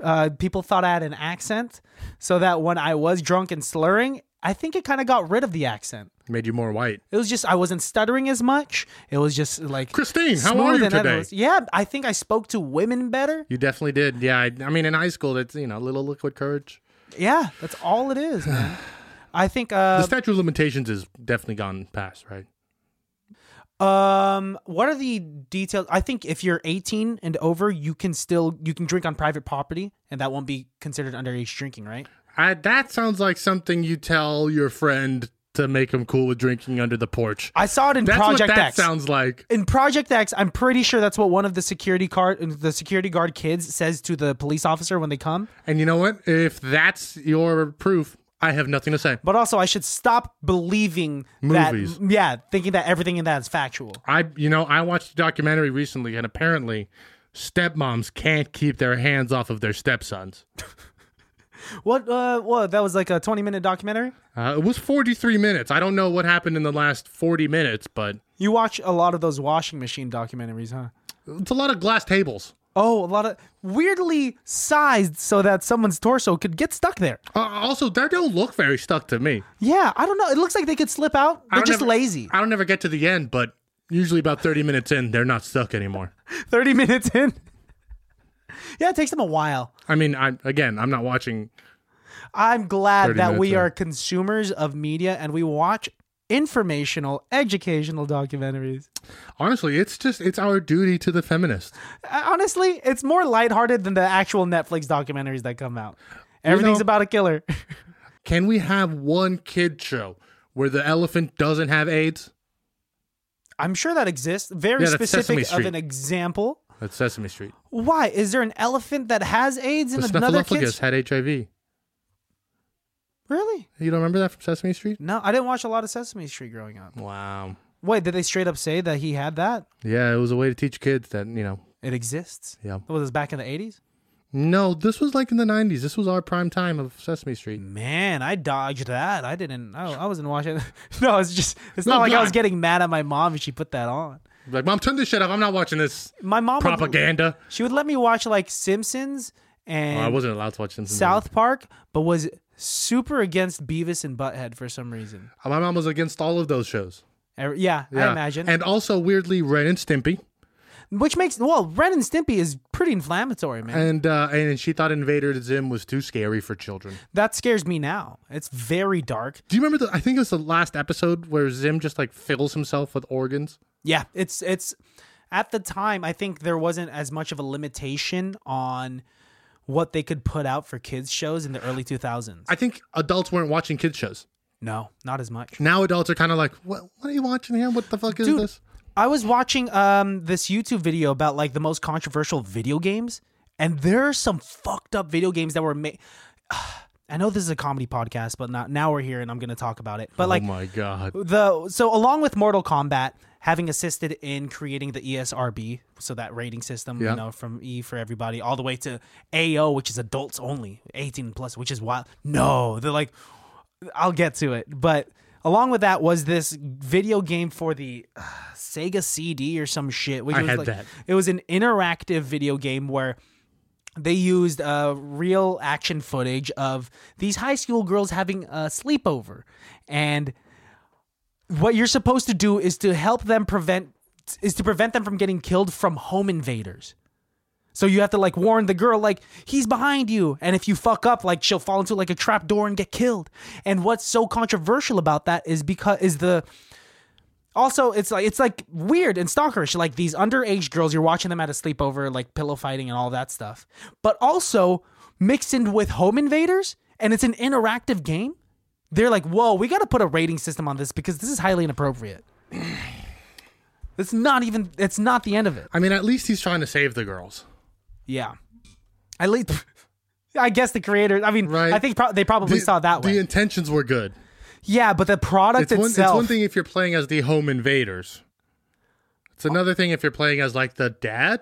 Speaker 1: Uh, people thought I had an accent, so that when I was drunk and slurring, I think it kind of got rid of the accent.
Speaker 2: Made you more white.
Speaker 1: It was just I wasn't stuttering as much. It was just like
Speaker 2: Christine, how
Speaker 1: smooth
Speaker 2: are you
Speaker 1: and
Speaker 2: today?
Speaker 1: effortless. Yeah, I think I spoke to women better.
Speaker 2: You definitely did. Yeah, I, I mean, in high school, that's you know, a little liquid courage.
Speaker 1: Yeah, that's all it is, man. I think
Speaker 2: The
Speaker 1: uh,
Speaker 2: statute of limitations is definitely gone past, right?
Speaker 1: Um, what are the details? I think if you're 18 and over, you can still you can drink on private property, and that won't be considered underage drinking, right?
Speaker 2: I, that sounds like something you tell your friend to make him cool with drinking under the porch.
Speaker 1: I saw it in
Speaker 2: That's
Speaker 1: Project
Speaker 2: what that
Speaker 1: X.
Speaker 2: sounds like.
Speaker 1: in Project X, I'm pretty sure that's what one of the security guard the security guard kids says to the police officer when they come.
Speaker 2: And you know what? If that's your proof, I have nothing to say.
Speaker 1: But also, I should stop believing
Speaker 2: Movies.
Speaker 1: that. Yeah, thinking that everything in that is factual.
Speaker 2: I you know I watched a documentary recently, and apparently, stepmoms can't keep their hands off of their stepsons.
Speaker 1: What? Uh, what? That was like a twenty-minute documentary.
Speaker 2: Uh, it was 43 minutes. I don't know what happened in the last 40 minutes, but
Speaker 1: You watch a lot of those washing machine documentaries, huh?
Speaker 2: it's a lot of glass tables.
Speaker 1: Oh, a lot of weirdly sized so that someone's torso could get stuck there.
Speaker 2: Uh, also, they don't look very stuck to me.
Speaker 1: Yeah, I don't know. It looks like they could slip out.
Speaker 2: I
Speaker 1: They're
Speaker 2: don't
Speaker 1: just
Speaker 2: ever-
Speaker 1: lazy.
Speaker 2: I don't ever get to the end, but usually about 30 minutes in, they're not stuck anymore.
Speaker 1: Thirty minutes in. yeah, it takes them a while.
Speaker 2: I mean, I again, I'm not watching.
Speaker 1: I'm
Speaker 2: 30
Speaker 1: glad that
Speaker 2: minutes
Speaker 1: we
Speaker 2: in.
Speaker 1: are consumers of media and we watch informational, educational documentaries.
Speaker 2: Honestly, it's just it's our duty to the feminists.
Speaker 1: Uh, Honestly, it's more lighthearted than the actual Netflix documentaries that come out. Everything's
Speaker 2: know-
Speaker 1: about a killer.
Speaker 2: Can we have one kid show where the elephant doesn't have AIDS?
Speaker 1: I'm sure that exists. Very
Speaker 2: Yeah, that's
Speaker 1: specific
Speaker 2: Sesame
Speaker 1: of
Speaker 2: Street.
Speaker 1: an example.
Speaker 2: That's Sesame Street.
Speaker 1: Why is there an elephant that has AIDS
Speaker 2: The
Speaker 1: and another
Speaker 2: Snuffleupagus
Speaker 1: kid's?
Speaker 2: had HIV. You
Speaker 1: Really?
Speaker 2: don't remember that from Sesame Street?
Speaker 1: No, I didn't watch a lot of Sesame Street growing up.
Speaker 2: Wow.
Speaker 1: Wait, did they straight up say that he had that?
Speaker 2: Yeah, it was a way to teach kids that you know.
Speaker 1: It exists.
Speaker 2: Yeah.
Speaker 1: Was this back in the 80s?
Speaker 2: No, this was like in the '90s. This was our prime time of Sesame Street.
Speaker 1: Man, I dodged that. I didn't. I, I wasn't watching. No, it's just. It's
Speaker 2: No,
Speaker 1: not like I
Speaker 2: God.
Speaker 1: was getting mad at my mom if she put that on.
Speaker 2: Like, mom, turn this shit off. I'm not watching this
Speaker 1: My mom. Would,
Speaker 2: propaganda.
Speaker 1: she would let me watch like Simpsons
Speaker 2: Oh, I
Speaker 1: and
Speaker 2: wasn't allowed to watch Simpsons.
Speaker 1: South Park, but was super against Beavis and Butthead for some reason.
Speaker 2: My mom was against all of those shows.
Speaker 1: Ever- Yeah, I
Speaker 2: Yeah.
Speaker 1: imagine.
Speaker 2: And also, weirdly, Ren and Stimpy.
Speaker 1: Which makes well, Ren and Stimpy is pretty inflammatory, man.
Speaker 2: And uh, and she thought Invader Zim was too scary for children.
Speaker 1: that scares me now. It's very dark.
Speaker 2: Do you remember the? I think it was the last episode where Zim just like fills himself with organs.
Speaker 1: Yeah, it's it's at the time I think there wasn't as much of a limitation on what they could put out for kids shows in the early 2000s.
Speaker 2: I think adults weren't watching kids shows.
Speaker 1: no, not as much.
Speaker 2: Now adults are kind of like, what? What are you watching here? What the fuck is
Speaker 1: Dude.
Speaker 2: this?
Speaker 1: I was watching um this YouTube video about like the most controversial video games and there are some fucked up video games that were made I know this is a comedy podcast, but not now we're here and I'm going to talk about it. But like
Speaker 2: oh my god.
Speaker 1: the so along with Mortal Kombat having assisted in creating the E ESRB, so that rating system,
Speaker 2: Yeah.
Speaker 1: you know, from E for everybody all the way to AO, which is adults only, 18 plus, which is wild. No, they're like I'll get to it, but along with that was this video game for the uh, Sega CD or some shit, which
Speaker 2: I
Speaker 1: was
Speaker 2: had
Speaker 1: like
Speaker 2: that.
Speaker 1: it was an interactive video game where they used uh, real action footage of these high school girls having a sleepover and what you're supposed to do is to help them prevent is to prevent them from getting killed from home invaders so you have to like warn the girl like he's behind you and if you fuck up like she'll fall into like a trap door and get killed and what's so controversial about that is because is the also it's like it's like weird and stalkerish like these underage girls you're watching them at a sleepover like pillow fighting and all that stuff but also mixed in with home invaders and it's an interactive game they're like whoa we got to put a rating system on this because this is highly inappropriate it's not even it's not the end of it
Speaker 2: I mean, at least he's trying to save the girls.
Speaker 1: yeah at least i guess the creator i mean
Speaker 2: Right.
Speaker 1: i think pro- they probably
Speaker 2: The-
Speaker 1: saw it that way
Speaker 2: The intentions were good.
Speaker 1: yeah but the product
Speaker 2: It's one, it's
Speaker 1: itself
Speaker 2: one thing if you're playing as the home invaders. It's another thing if you're playing as like the dad.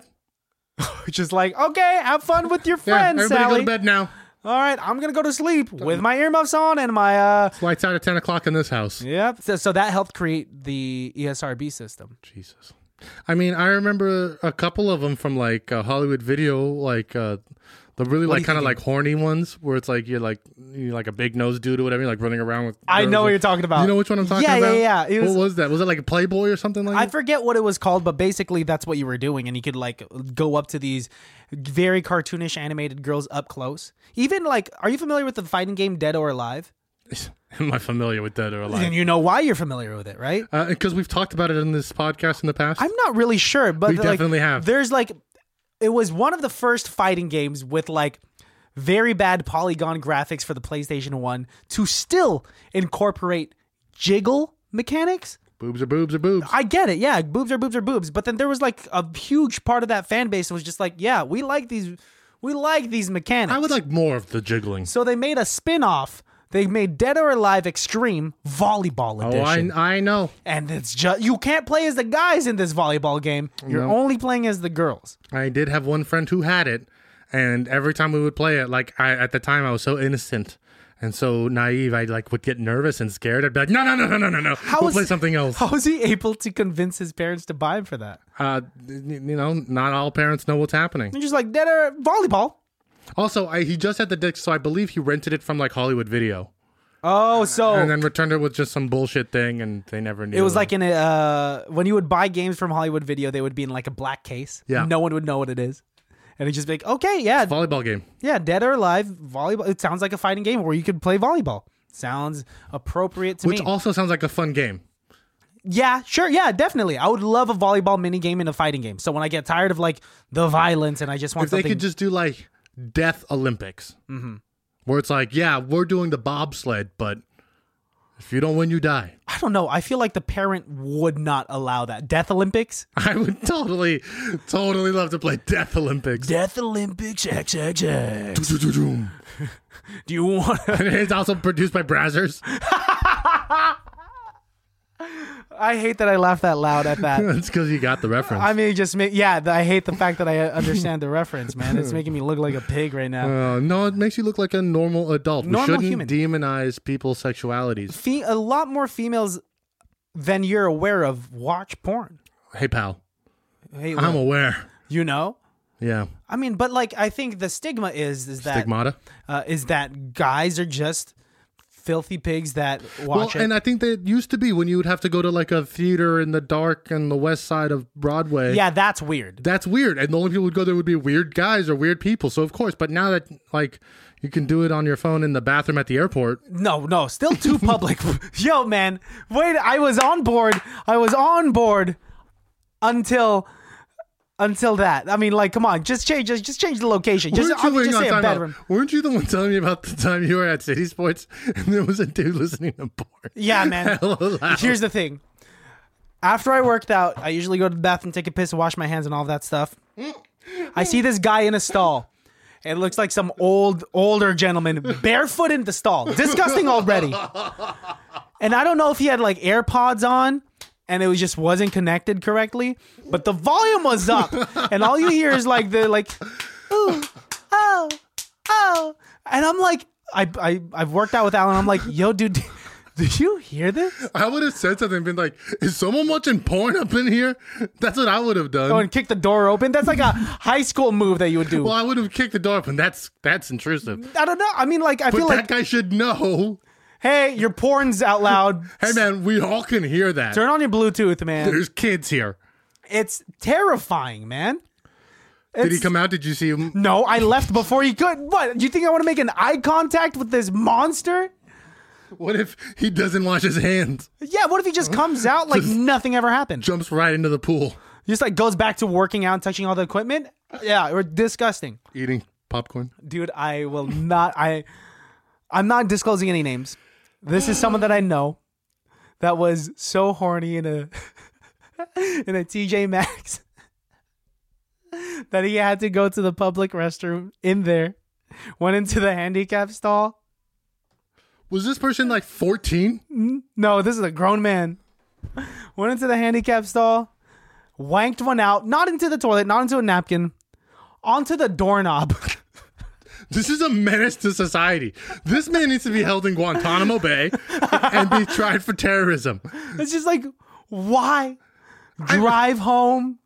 Speaker 1: which is like okay have fun with your friends
Speaker 2: everybody
Speaker 1: Sally.
Speaker 2: go to bed now.
Speaker 1: All right, I'm gonna go to sleep with my earmuffs on and my uh.
Speaker 2: Lights out at ten o'clock in this house.
Speaker 1: Yep. So, so that helped create the E ESRB system.
Speaker 2: Jesus. I mean, I remember a couple of them from like uh, Hollywood Video, like uh, the really
Speaker 1: you
Speaker 2: like kind of like horny ones where it's like you're like you're like a big nose dude or whatever, you're like running around with.
Speaker 1: I
Speaker 2: girls
Speaker 1: know what
Speaker 2: and-
Speaker 1: you're talking about.
Speaker 2: You know which one I'm talking
Speaker 1: Yeah, yeah,
Speaker 2: about?
Speaker 1: yeah. It was-
Speaker 2: what was that? Was that like a Playboy or something like?
Speaker 1: I
Speaker 2: that?
Speaker 1: forget what it was called, but basically that's what you were doing, and you could like go up to these very cartoonish animated girls up close. Even like, are you familiar with the fighting game Dead or Alive?
Speaker 2: Am I familiar with Dead or
Speaker 1: And
Speaker 2: Alive?
Speaker 1: you know why you're familiar with it, right?
Speaker 2: Because we've talked about it in this podcast in the past.
Speaker 1: I'm not really sure, but
Speaker 2: We
Speaker 1: like,
Speaker 2: definitely have.
Speaker 1: There's like, it was one of the first fighting games with like very bad polygon graphics for the PlayStation One to still incorporate jiggle mechanics.
Speaker 2: boobs are boobs are boobs.
Speaker 1: I get it, yeah, boobs are boobs are boobs, but then there was like a huge part of that fan base that was just like, yeah, we like these, we like these mechanics.
Speaker 2: I would like more of the jiggling.
Speaker 1: so they made a spin off They made Dead or Alive Extreme Volleyball
Speaker 2: Oh, I,
Speaker 1: Edition,
Speaker 2: I know.
Speaker 1: and it's just you can't play as the guys in this volleyball game. You're
Speaker 2: No.
Speaker 1: only playing as the girls.
Speaker 2: I did have one friend who had it, and every time we would play it, like I at the time I was so innocent and so naive, I like would get nervous and scared. I'd be like, no, no, no, no, no, no, no. we'll
Speaker 1: is-
Speaker 2: play something else.
Speaker 1: How was he able to convince his parents to buy him for that?
Speaker 2: Uh, you know, not all parents know what's happening.
Speaker 1: They're just like Dead or Volleyball.
Speaker 2: Also, I, he just had the disc, so I believe he rented it from like Hollywood Video
Speaker 1: Oh,
Speaker 2: and
Speaker 1: so
Speaker 2: then returned it with just some bullshit thing, and they never knew.
Speaker 1: it was like in a uh, when you would buy games from Hollywood Video, they would be in like a black case.
Speaker 2: Yeah.
Speaker 1: no one would know what it is, and it'd just be like, okay, yeah,
Speaker 2: volleyball game.
Speaker 1: Yeah, dead or alive, volleyball. It sounds like a fighting game where you could play volleyball. Sounds appropriate to
Speaker 2: Which
Speaker 1: me.
Speaker 2: also sounds like a fun game.
Speaker 1: yeah, sure. Yeah, definitely. I would love a volleyball mini game in a fighting game. So when I get tired of like the violence and I just want
Speaker 2: If they
Speaker 1: something, Mm-hmm.
Speaker 2: could just do like Death Olympics, where it's like, yeah, we're doing the bobsled, but if you don't win, you die.
Speaker 1: I don't know. I feel like the parent would not allow that. Death Olympics.
Speaker 2: I would totally, totally love to play Death Olympics.
Speaker 1: Death Olympics. XXX.
Speaker 2: and
Speaker 1: Do you want?
Speaker 2: it's also produced by Brazzers.
Speaker 1: I hate that I laughed that loud at that.
Speaker 2: That's because you got the reference.
Speaker 1: I mean, it just make yeah. I hate the fact that I understand the reference, man. It's making me look like a pig right now.
Speaker 2: Uh, no, it makes you look like a normal adult.
Speaker 1: Normal
Speaker 2: we shouldn't
Speaker 1: human.
Speaker 2: demonize people's sexualities.
Speaker 1: fe- a lot more females than you're aware of watch porn.
Speaker 2: Hey, pal,
Speaker 1: Hey, look,
Speaker 2: I'm aware.
Speaker 1: you know.
Speaker 2: Yeah,
Speaker 1: I mean, but like, I think the stigma is is that
Speaker 2: stigmata.
Speaker 1: uh, is that guys are just filthy pigs that
Speaker 2: Well,
Speaker 1: watch it.
Speaker 2: and I think that used to be when you would have to go to like a theater in the dark on the west side of Broadway.
Speaker 1: yeah, that's weird.
Speaker 2: that's weird. And the only people who would go there would be weird guys or weird people. So of course, but now that like you can do it on your phone in the bathroom at the airport,
Speaker 1: No, no, still too public. Yo, man, wait, I was on board. I was on board until. Until that, I mean, like, come on, just change, just, just change the location. Just,
Speaker 2: weren't you,
Speaker 1: I'll
Speaker 2: hang
Speaker 1: just
Speaker 2: on,
Speaker 1: say a
Speaker 2: time out.
Speaker 1: bedroom.
Speaker 2: weren't you the one telling me about the time you were at City Sports and there was a dude listening to porn?
Speaker 1: Yeah, man.
Speaker 2: Hello, loud.
Speaker 1: Here's the thing. After I worked out, I usually go to the bathroom, take a piss, and wash my hands and all that stuff. I see this guy in a stall. It looks like some old, older gentleman barefoot in the stall. Disgusting already. And I don't know if he had like AirPods on and it was just wasn't connected correctly, but the volume was up. And all you hear is like the like ooh, oh, oh. And I'm like, I, I I've worked out with Alan. I'm like, yo, dude, do you hear this?
Speaker 2: I would have said something and been like, Is someone watching porn up in here? That's what I would have done.
Speaker 1: Oh, and kick the door open. That's like a high school move that you would do.
Speaker 2: well, I would have kicked the door open. That's that's intrusive.
Speaker 1: I don't know. I mean, like, I
Speaker 2: But
Speaker 1: feel
Speaker 2: that
Speaker 1: like,
Speaker 2: guy should know.
Speaker 1: hey, your porn's out loud.
Speaker 2: Hey man, we all can hear that.
Speaker 1: Turn on your Bluetooth, man.
Speaker 2: There's kids here.
Speaker 1: It's terrifying, man.
Speaker 2: Did he
Speaker 1: It's-
Speaker 2: come out? Did you see him?
Speaker 1: No, I left before he could. What? Do you think I want to make an eye contact with this monster?
Speaker 2: What if he doesn't wash his hands?
Speaker 1: Yeah, what if he just comes out like nothing ever happened?
Speaker 2: Jumps right into the pool,
Speaker 1: Just like goes back to working out and touching all the equipment? Yeah, or disgusting.
Speaker 2: eating popcorn.
Speaker 1: dude i will not i i'm not disclosing any names this is someone that i know that was so horny in a in a tj maxx that he had to go to the public restroom in there went into the handicap stall
Speaker 2: Was this person like 14?
Speaker 1: no this is a grown man went into the handicap stall wanked one out not into the toilet not into a napkin onto the doorknob
Speaker 2: This is a menace to society. This man needs to be held in Guantanamo Bay and be tried for terrorism.
Speaker 1: It's just like, why? Drive home.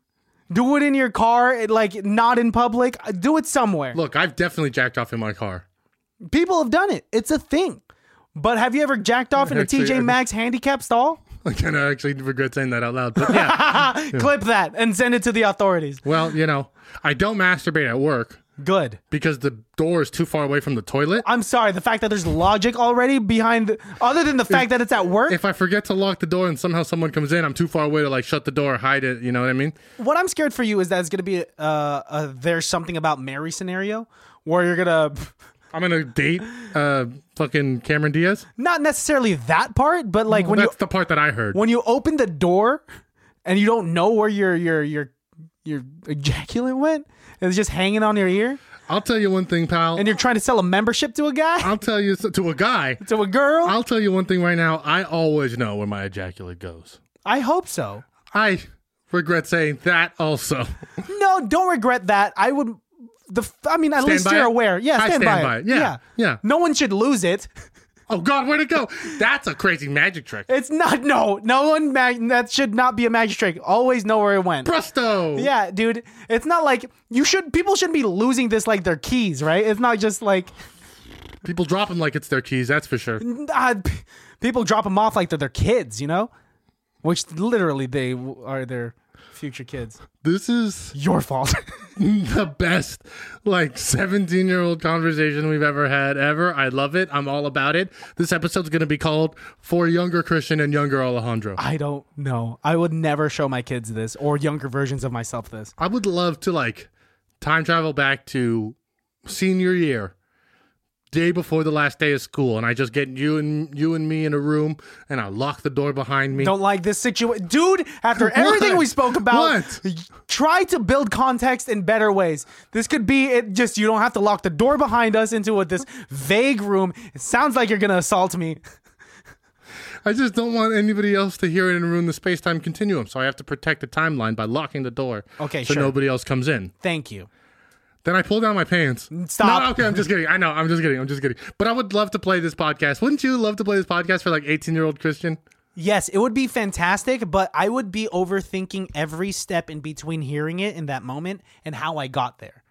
Speaker 1: Do it in your car, it- like not in public. uh, Do it somewhere.
Speaker 2: Look, I've definitely jacked off in my car.
Speaker 1: People have done it. It's a thing. But have you ever jacked off in a
Speaker 2: Actually, I-
Speaker 1: TJ Maxx handicap stall?
Speaker 2: I kind of actually regret saying that out loud, but yeah.
Speaker 1: Clip that and send it to the authorities.
Speaker 2: well, you know, I don't masturbate at work
Speaker 1: Good.
Speaker 2: because the door is too far away from the toilet.
Speaker 1: I'm sorry. The fact that there's logic already behind, the, other than the fact that it's at work.
Speaker 2: If I forget to lock the door and somehow someone comes in, I'm too far away to like shut the door, hide it. You know what I mean?
Speaker 1: what I'm scared for you is that it's gonna be a, uh, a there's something about Mary scenario where you're gonna
Speaker 2: I'm gonna date uh fucking Cameron Diaz.
Speaker 1: not necessarily that part, but like when you
Speaker 2: That's the part that I heard.
Speaker 1: when you open the door and you don't know where your your your your ejaculate went, and it's just hanging on your ear.
Speaker 2: I'll tell you one thing, pal.
Speaker 1: and you're trying to sell a membership to a guy,
Speaker 2: I'll tell you to a guy.
Speaker 1: to a girl.
Speaker 2: I'll tell you one thing right now. I always know where my ejaculate goes.
Speaker 1: I hope so.
Speaker 2: I regret saying that also.
Speaker 1: No, don't regret that. I would. The f- I mean, at least
Speaker 2: by
Speaker 1: you're
Speaker 2: it?
Speaker 1: aware. Yeah,
Speaker 2: I
Speaker 1: stand,
Speaker 2: stand by it. Yeah, yeah.
Speaker 1: No one should lose it.
Speaker 2: Oh God, where'd it go? That's a crazy magic trick.
Speaker 1: It's not. No, no one. Mag- that should not be a magic trick. Always know where it went.
Speaker 2: Presto.
Speaker 1: Yeah, dude. It's not like you should. People shouldn't be losing this like their keys, right? It's not just like
Speaker 2: People drop them like it's their keys. That's for sure.
Speaker 1: ah, p- people drop them off like they're their kids, you know, which literally they w- are their future kids.
Speaker 2: This is
Speaker 1: Your fault.
Speaker 2: the best like 17 year old conversation we've ever had ever. I love it. I'm all about it. This episode's going to be called For Younger Christian and Younger Alejandro.
Speaker 1: I don't know. I would never show my kids this or younger versions of myself this.
Speaker 2: I would love to like time travel back to senior year, day before the last day of school, and I just get you and you and me in a room, and I lock the door behind me.
Speaker 1: Don't like this situation, dude. After everything we spoke about,
Speaker 2: What?
Speaker 1: y- try to build context in better ways. This could be it. Just you don't have to lock the door behind us into a, this vague room. It sounds like you're gonna assault me.
Speaker 2: I just don't want anybody else to hear it and ruin the space time continuum. So I have to protect the timeline by locking the door.
Speaker 1: Okay,
Speaker 2: so
Speaker 1: sure.
Speaker 2: nobody else comes in.
Speaker 1: Thank you.
Speaker 2: Then I pull down my pants.
Speaker 1: Mm, Stop.
Speaker 2: No, okay, I'm just kidding. I know. I'm just kidding. I'm just kidding. But I would love to play this podcast. Wouldn't you love to play this podcast for like 18 year old Christian?
Speaker 1: Yes, it would be fantastic, but I would be overthinking every step in between hearing it in that moment and how I got there.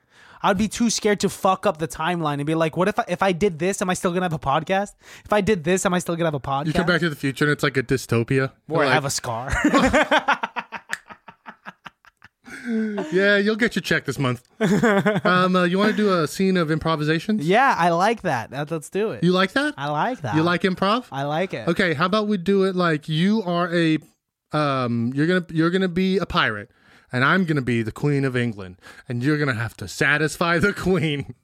Speaker 1: I'd be too scared to fuck up the timeline and be like, "What if I, if I did this? Am I still gonna have a podcast? If I did this, am I still gonna have a podcast?"
Speaker 2: You come back to the future and it's like a
Speaker 1: or
Speaker 2: dystopia. You're
Speaker 1: I
Speaker 2: like,
Speaker 1: have a scar.
Speaker 2: Yeah, you'll get your check this month. um, uh, you want to do a scene of improvisation?
Speaker 1: yeah, I like that. That- Let's do it.
Speaker 2: You like that?
Speaker 1: I like that.
Speaker 2: You like improv?
Speaker 1: I like it.
Speaker 2: Okay, how about we do it like you are a um you're going to you're going to be a pirate and I'm going to be the queen of England and you're going to have to satisfy the queen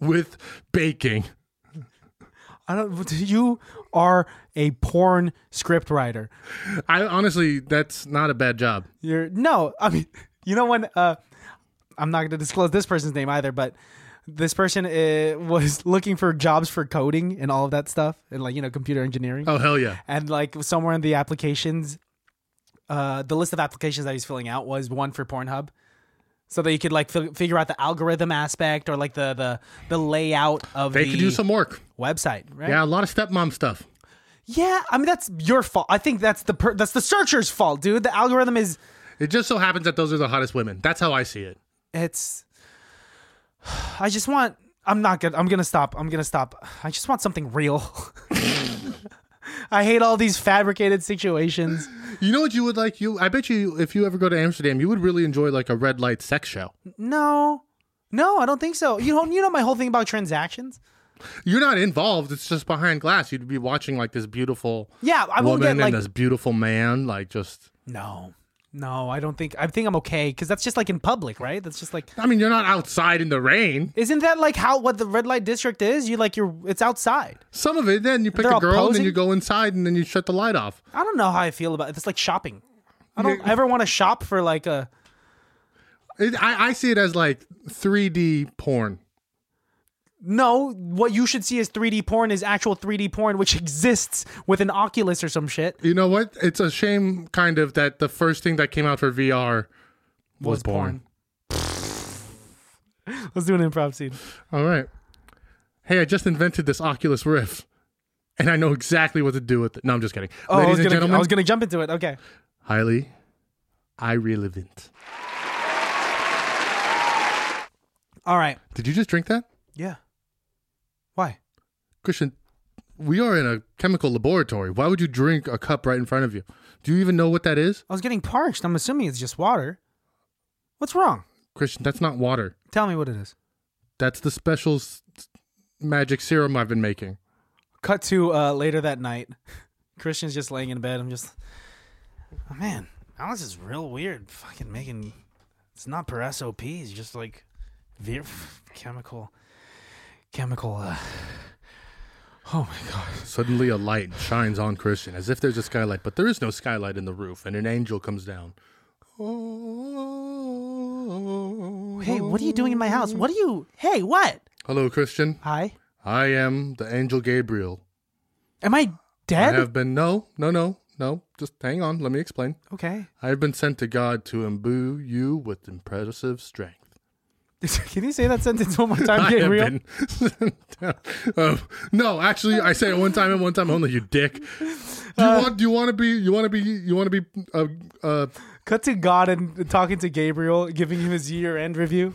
Speaker 2: with baking.
Speaker 1: I don't. You are a porn script writer.
Speaker 2: I honestly that's not a bad job.
Speaker 1: You're no. I mean, you know when? Uh, I'm not going to disclose this person's name either, but this person uh, was looking for jobs for coding and all of that stuff, and like you know, computer engineering,
Speaker 2: Oh hell yeah.
Speaker 1: and like somewhere in the applications, uh, the list of applications that he's filling out was one for Pornhub. So that you could like fi- figure out the algorithm aspect or like the the, the layout of
Speaker 2: They
Speaker 1: the
Speaker 2: could do some work.
Speaker 1: website, right?
Speaker 2: Yeah, a lot of stepmom stuff.
Speaker 1: Yeah, I mean that's your fault. I think that's the per- that's the searcher's fault, dude. The algorithm is
Speaker 2: It just so happens that those are the hottest women. That's how I see it.
Speaker 1: it's I just want I'm not good. I'm going to stop. I'm going to stop. I just want something real. I hate all these fabricated situations.
Speaker 2: You know what you would like? You I bet you if you ever go to Amsterdam, you would really enjoy like a red light sex show.
Speaker 1: No. No, I don't think so. You don't you know my whole thing about transactions?
Speaker 2: You're not involved. It's just behind glass. You'd be watching like this beautiful
Speaker 1: Yeah, I won't
Speaker 2: woman
Speaker 1: get like
Speaker 2: and this beautiful man, like just.
Speaker 1: No. No, I don't think I think I'm okay cuz that's just like in public, right? That's just like
Speaker 2: I mean, you're not outside in the rain.
Speaker 1: Isn't that like how what the red light district is? You like you're it's outside.
Speaker 2: Some of it, then you pick
Speaker 1: They're
Speaker 2: a
Speaker 1: all
Speaker 2: girl, and
Speaker 1: posing?
Speaker 2: then you go inside, and then you shut the light off.
Speaker 1: I don't know how I feel about it. It's like shopping. I don't ever want to shop for like a
Speaker 2: It, I, I see it as like 3D porn.
Speaker 1: No, what you should see as 3D porn is actual 3D porn, which exists with an Oculus or some shit.
Speaker 2: You know what? It's a shame, kind of, that the first thing that came out for VR was,
Speaker 1: Was
Speaker 2: porn.
Speaker 1: Let's do an improv scene.
Speaker 2: All right. Hey, I just invented this Oculus Rift, and I know exactly what to do with it. No, I'm just kidding.
Speaker 1: Oh, I
Speaker 2: Ladies
Speaker 1: was
Speaker 2: and
Speaker 1: gonna,
Speaker 2: gentlemen,
Speaker 1: I was gonna jump into it. Okay.
Speaker 2: highly, I relevant.
Speaker 1: All right.
Speaker 2: Did you just drink that?
Speaker 1: Yeah. Why?
Speaker 2: Christian, we are in a chemical laboratory. Why would you drink a cup right in front of you? Do you even know what that is?
Speaker 1: I was getting parched. I'm assuming it's just water. What's wrong?
Speaker 2: Christian, that's not water.
Speaker 1: Tell me what it is.
Speaker 2: That's the special s- s- magic serum I've been making.
Speaker 1: Cut to uh, later that night. Christian's just laying in bed. I'm just, oh, man, Alice is real weird. Fucking making, it's not per SOP. It's just like ve- chemical, chemical. Uh, oh my god.
Speaker 2: Suddenly, a light shines on Christian as if there's a skylight, but there is no skylight in the roof, and an angel comes down.
Speaker 1: Hey, what are you doing in my house? What are you? Hey, what?
Speaker 2: Hello, Christian.
Speaker 1: Hi.
Speaker 2: I am the angel Gabriel.
Speaker 1: Am I
Speaker 2: I
Speaker 1: dead?
Speaker 2: have been no, no, no, no. Just hang on. Let me explain.
Speaker 1: okay.
Speaker 2: I have been sent to God to imbue you with impressive strength.
Speaker 1: Can you say that sentence one more time?
Speaker 2: I
Speaker 1: Get
Speaker 2: have
Speaker 1: real.
Speaker 2: been. Oh, no, actually, I say it one time and one time only. You dick. Do you want? Do you want to be? You want to be? You want to be? Uh, uh,
Speaker 1: Cut to God and talking to Gabriel, giving him his year end review.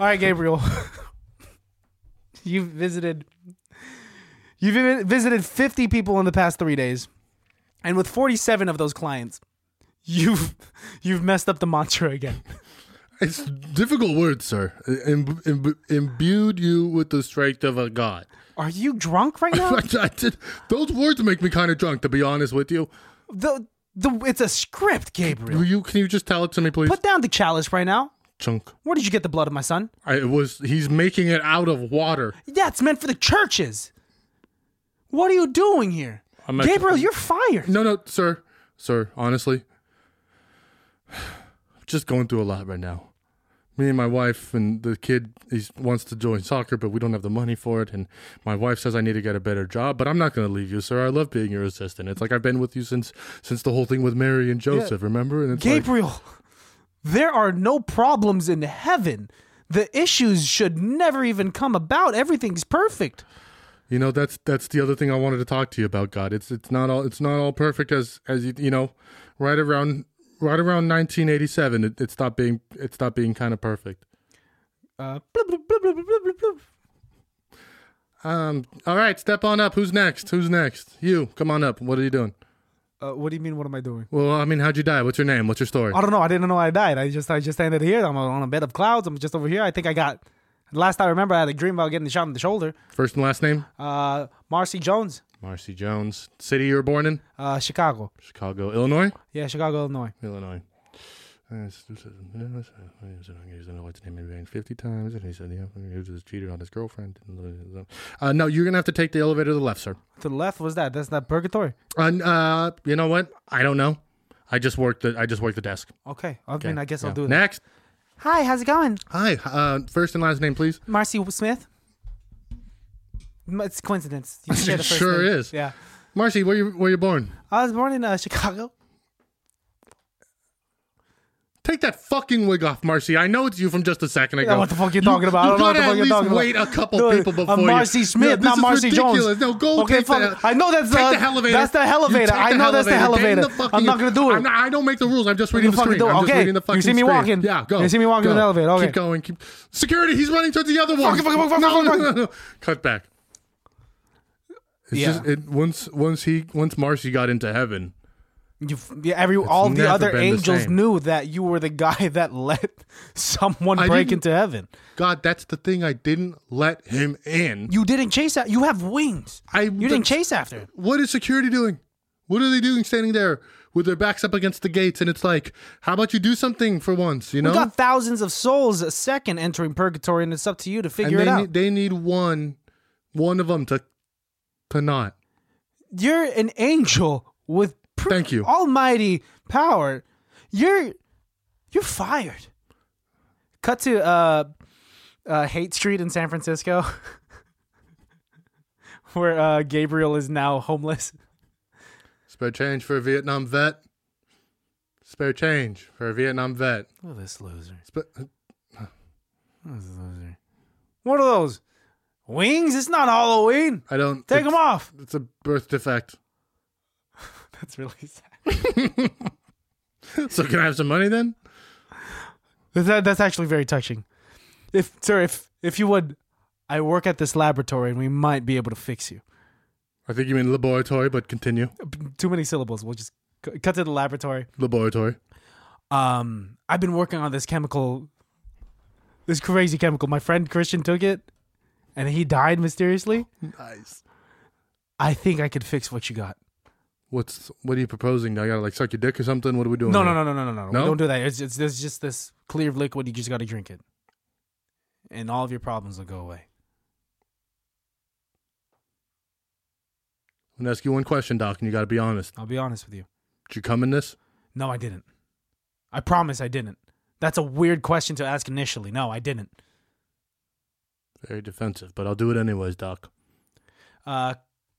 Speaker 1: All right, Gabriel. you've visited you've vi- visited 50 people in the past 3 days. And with 47 of those clients, you've you've messed up the mantra again.
Speaker 2: it's difficult words, sir. Im- im- imbued you with the strength of a god.
Speaker 1: Are you drunk right now?
Speaker 2: I, I did, those words make me kind of drunk, to be honest with you.
Speaker 1: the, the it's a script, Gabriel.
Speaker 2: Will you? Can you just tell it to me, please?
Speaker 1: Put down the chalice right now.
Speaker 2: Chunk.
Speaker 1: Where did you get the blood of my son?
Speaker 2: I, it was. He's making it out of water.
Speaker 1: Yeah, it's meant for the churches. What are you doing here?
Speaker 2: I'm not-
Speaker 1: Gabriel, you're fired.
Speaker 2: No, no, sir, sir. Honestly, just going through a lot right now. Me and my wife and the kid. He wants to join soccer, but we don't have the money for it. And my wife says I need to get a better job. But I'm not going to leave you, sir. I love being your assistant. It's like I've been with you since since the whole thing with Mary and Joseph. Remember? And it's like-
Speaker 1: Gabriel, there are no problems in heaven. The issues should never even come about. Everything's perfect.
Speaker 2: You know, that's that's the other thing I wanted to talk to you about, God. It's it's not all it's not all perfect as as you you know, right around right around 1987 it, it stopped being it stopped being kind of perfect.
Speaker 1: Uh, blub, blub, blub, blub, blub, blub, blub.
Speaker 2: Um all right, step on up. Who's next? Who's next? You, come on up. What are you doing?
Speaker 1: Uh, what do you mean? What am I doing?
Speaker 2: Well, I mean, how'd you die? What's your name? What's your story?
Speaker 1: I don't know. I didn't know I died. I just I just ended here. I'm on a bed of clouds. I'm just over here. I think I got. Last I remember, I had a dream about getting shot in the shoulder.
Speaker 2: First and last name?
Speaker 1: Uh, Marcy Jones,
Speaker 2: Marcy Jones. City you were born in?
Speaker 1: uh, Chicago.
Speaker 2: Chicago, Illinois?
Speaker 1: Yeah, Chicago, Illinois.
Speaker 2: Illinois. Uh, it's- it's- it's- it's- it's- it's named Marianne 50 times, and he said yeah, he was cheated on his girlfriend. Uh, no, you're gonna have to take the elevator to the left, sir.
Speaker 1: To the left was that. That's not purgatory.
Speaker 2: Uh, n- uh, you know what? I don't know. I just worked the I just worked the desk.
Speaker 1: Okay. I mean, I guess
Speaker 2: Yeah.
Speaker 1: I'll do that.
Speaker 2: next.
Speaker 1: Hi, how's it going?
Speaker 2: Hi, uh, first and last name, please.
Speaker 1: Marcy Smith. M- It's coincidence. You share the first
Speaker 2: Sure
Speaker 1: name.
Speaker 2: is.
Speaker 1: Yeah,
Speaker 2: Marcy, where you where you born?
Speaker 1: I was born in uh, Chicago.
Speaker 2: Take that fucking wig off, Marcy. I know it's you from just a second ago.
Speaker 1: what the fuck you talking about? I
Speaker 2: You
Speaker 1: don't know what
Speaker 2: gotta
Speaker 1: the fuck
Speaker 2: at
Speaker 1: you're talking
Speaker 2: least
Speaker 1: about.
Speaker 2: wait a couple
Speaker 1: Dude,
Speaker 2: people
Speaker 1: uh,
Speaker 2: before you.
Speaker 1: Marcy Smith,
Speaker 2: no,
Speaker 1: not Marcy
Speaker 2: ridiculous.
Speaker 1: Jones.
Speaker 2: No, go
Speaker 1: Okay,
Speaker 2: take
Speaker 1: fuck.
Speaker 2: the,
Speaker 1: I know that's
Speaker 2: take
Speaker 1: the-
Speaker 2: the elevator.
Speaker 1: that's the
Speaker 2: You
Speaker 1: elevator.
Speaker 2: take
Speaker 1: I
Speaker 2: the
Speaker 1: know that's the
Speaker 2: Damn
Speaker 1: elevator.
Speaker 2: The fucking,
Speaker 1: I'm not gonna do it.
Speaker 2: I'm not, I don't make the rules. I'm just reading the
Speaker 1: fucking
Speaker 2: screen.
Speaker 1: do it.
Speaker 2: I'm just
Speaker 1: Okay.
Speaker 2: reading the
Speaker 1: You
Speaker 2: fucking
Speaker 1: see me
Speaker 2: screen.
Speaker 1: walking.
Speaker 2: Yeah, go.
Speaker 1: You see me walking
Speaker 2: go.
Speaker 1: in the elevator. Okay.
Speaker 2: Keep going. Keep. Security. He's running towards the other one.
Speaker 1: fuck, fuck, fuck, fuck,
Speaker 2: no, no,
Speaker 1: fuck.
Speaker 2: no, no. Cut back. It's
Speaker 1: Yeah.
Speaker 2: just it once once he once Marcy got into heaven.
Speaker 1: You, f- yeah, every all the
Speaker 2: never
Speaker 1: other
Speaker 2: been the
Speaker 1: angels
Speaker 2: same.
Speaker 1: knew that you were the guy that let someone
Speaker 2: I
Speaker 1: break
Speaker 2: didn't-
Speaker 1: into heaven.
Speaker 2: God, that's the thing. I didn't let him in.
Speaker 1: You didn't chase that. You have wings.
Speaker 2: I
Speaker 1: you didn't chase after. him.
Speaker 2: what is security doing? What are they doing standing there with their backs up against the gates? And it's like, how about you do something for once, you know?
Speaker 1: We got thousands of souls a second entering purgatory, and it's up to you to
Speaker 2: and
Speaker 1: figure
Speaker 2: they
Speaker 1: it out.
Speaker 2: need, they need one, one of them to, to not.
Speaker 1: you're an angel with pr-
Speaker 2: Thank you.
Speaker 1: almighty power. You're you're fired. Cut to uh, uh, Hate Street in San Francisco, where uh, Gabriel is now homeless.
Speaker 2: Spare change for a Vietnam vet. Spare change for a Vietnam vet.
Speaker 1: Look at this loser.
Speaker 2: Sp-
Speaker 1: Look at this loser. What are those wings? It's not Halloween.
Speaker 2: I don't.
Speaker 1: Take them
Speaker 2: it's-
Speaker 1: off.
Speaker 2: It's a birth defect.
Speaker 1: That's really sad.
Speaker 2: So can I have some money then?
Speaker 1: That, that's actually very touching. If sir, if if you would, I work at this laboratory, and we might be able to fix you.
Speaker 2: I think you mean laboratory, but continue.
Speaker 1: too many syllables. We'll just c- cut to the laboratory.
Speaker 2: Laboratory.
Speaker 1: Um, I've been working on this chemical, this crazy chemical. My friend Christian took it, and he died mysteriously.
Speaker 2: Nice.
Speaker 1: I think I could fix what you got.
Speaker 2: What's what are you proposing? I gotta like suck your dick or something? What are we doing?
Speaker 1: No,
Speaker 2: here?
Speaker 1: no, no, no, no, no, no. We
Speaker 2: No?
Speaker 1: Don't do that. It's, it's there's just this clear liquid. You just got to drink it, and all of your problems will go away.
Speaker 2: I'm gonna ask you one question, Doc, and you gotta be honest.
Speaker 1: I'll be honest with you.
Speaker 2: Did you come in this?
Speaker 1: No, I didn't. I promise I didn't. That's a weird question to ask initially. No, I didn't.
Speaker 2: Very defensive, but I'll do it anyways, Doc.
Speaker 1: Uh,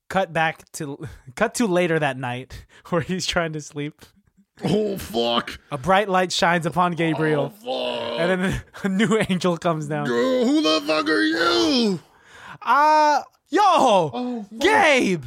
Speaker 1: cut back to cut to later that night where he's trying to sleep.
Speaker 2: Oh fuck!
Speaker 1: A bright light shines upon Gabriel,
Speaker 2: Oh, fuck!
Speaker 1: and then a new angel comes down.
Speaker 2: Girl, who the fuck are you?
Speaker 1: Ah, yo,
Speaker 2: Oh, fuck.
Speaker 1: Gabe,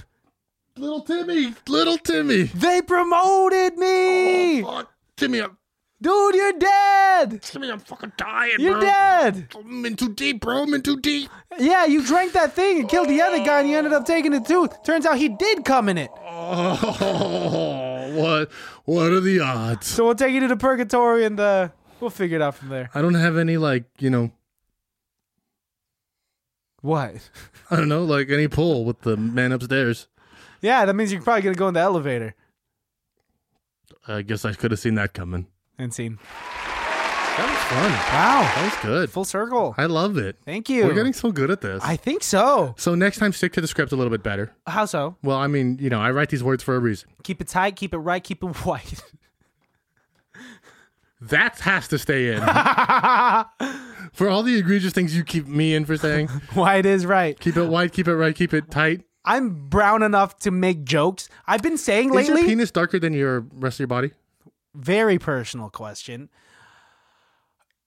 Speaker 2: little Timmy, little Timmy.
Speaker 1: they promoted me,
Speaker 2: Oh, Fuck, Timmy, I'm,
Speaker 1: dude. You're dead.
Speaker 2: Timmy, I'm fucking dying,
Speaker 1: You're
Speaker 2: bro.
Speaker 1: dead.
Speaker 2: I'm in too deep, bro. I'm in too deep.
Speaker 1: Yeah, you drank that thing and killed the other guy, and you ended up taking the tooth. Turns out he did come in it.
Speaker 2: Oh, what? What are the odds?
Speaker 1: So we'll take you to the purgatory, and uh, we'll figure it out from there.
Speaker 2: I don't have any like you know.
Speaker 1: What?
Speaker 2: I don't know, like any pull with the man upstairs.
Speaker 1: Yeah, that means you're probably gonna go in the elevator.
Speaker 2: I guess I could have seen that coming.
Speaker 1: And scene.
Speaker 2: That was fun.
Speaker 1: Wow.
Speaker 2: That was good.
Speaker 1: Full circle.
Speaker 2: I love it.
Speaker 1: Thank you.
Speaker 2: We're getting so good at this.
Speaker 1: I think so.
Speaker 2: so next time, stick to the script a little bit better.
Speaker 1: How so?
Speaker 2: Well, I mean, you know, I write these words for a reason.
Speaker 1: Keep it tight, keep it right, keep it white.
Speaker 2: That has to stay in. for all the egregious things you keep me in for saying,
Speaker 1: white is right.
Speaker 2: keep it wide, keep it right, keep it tight.
Speaker 1: I'm brown enough to make jokes. I've been saying
Speaker 2: Is your
Speaker 1: lately.
Speaker 2: penis darker than your rest of your body?
Speaker 1: very personal question.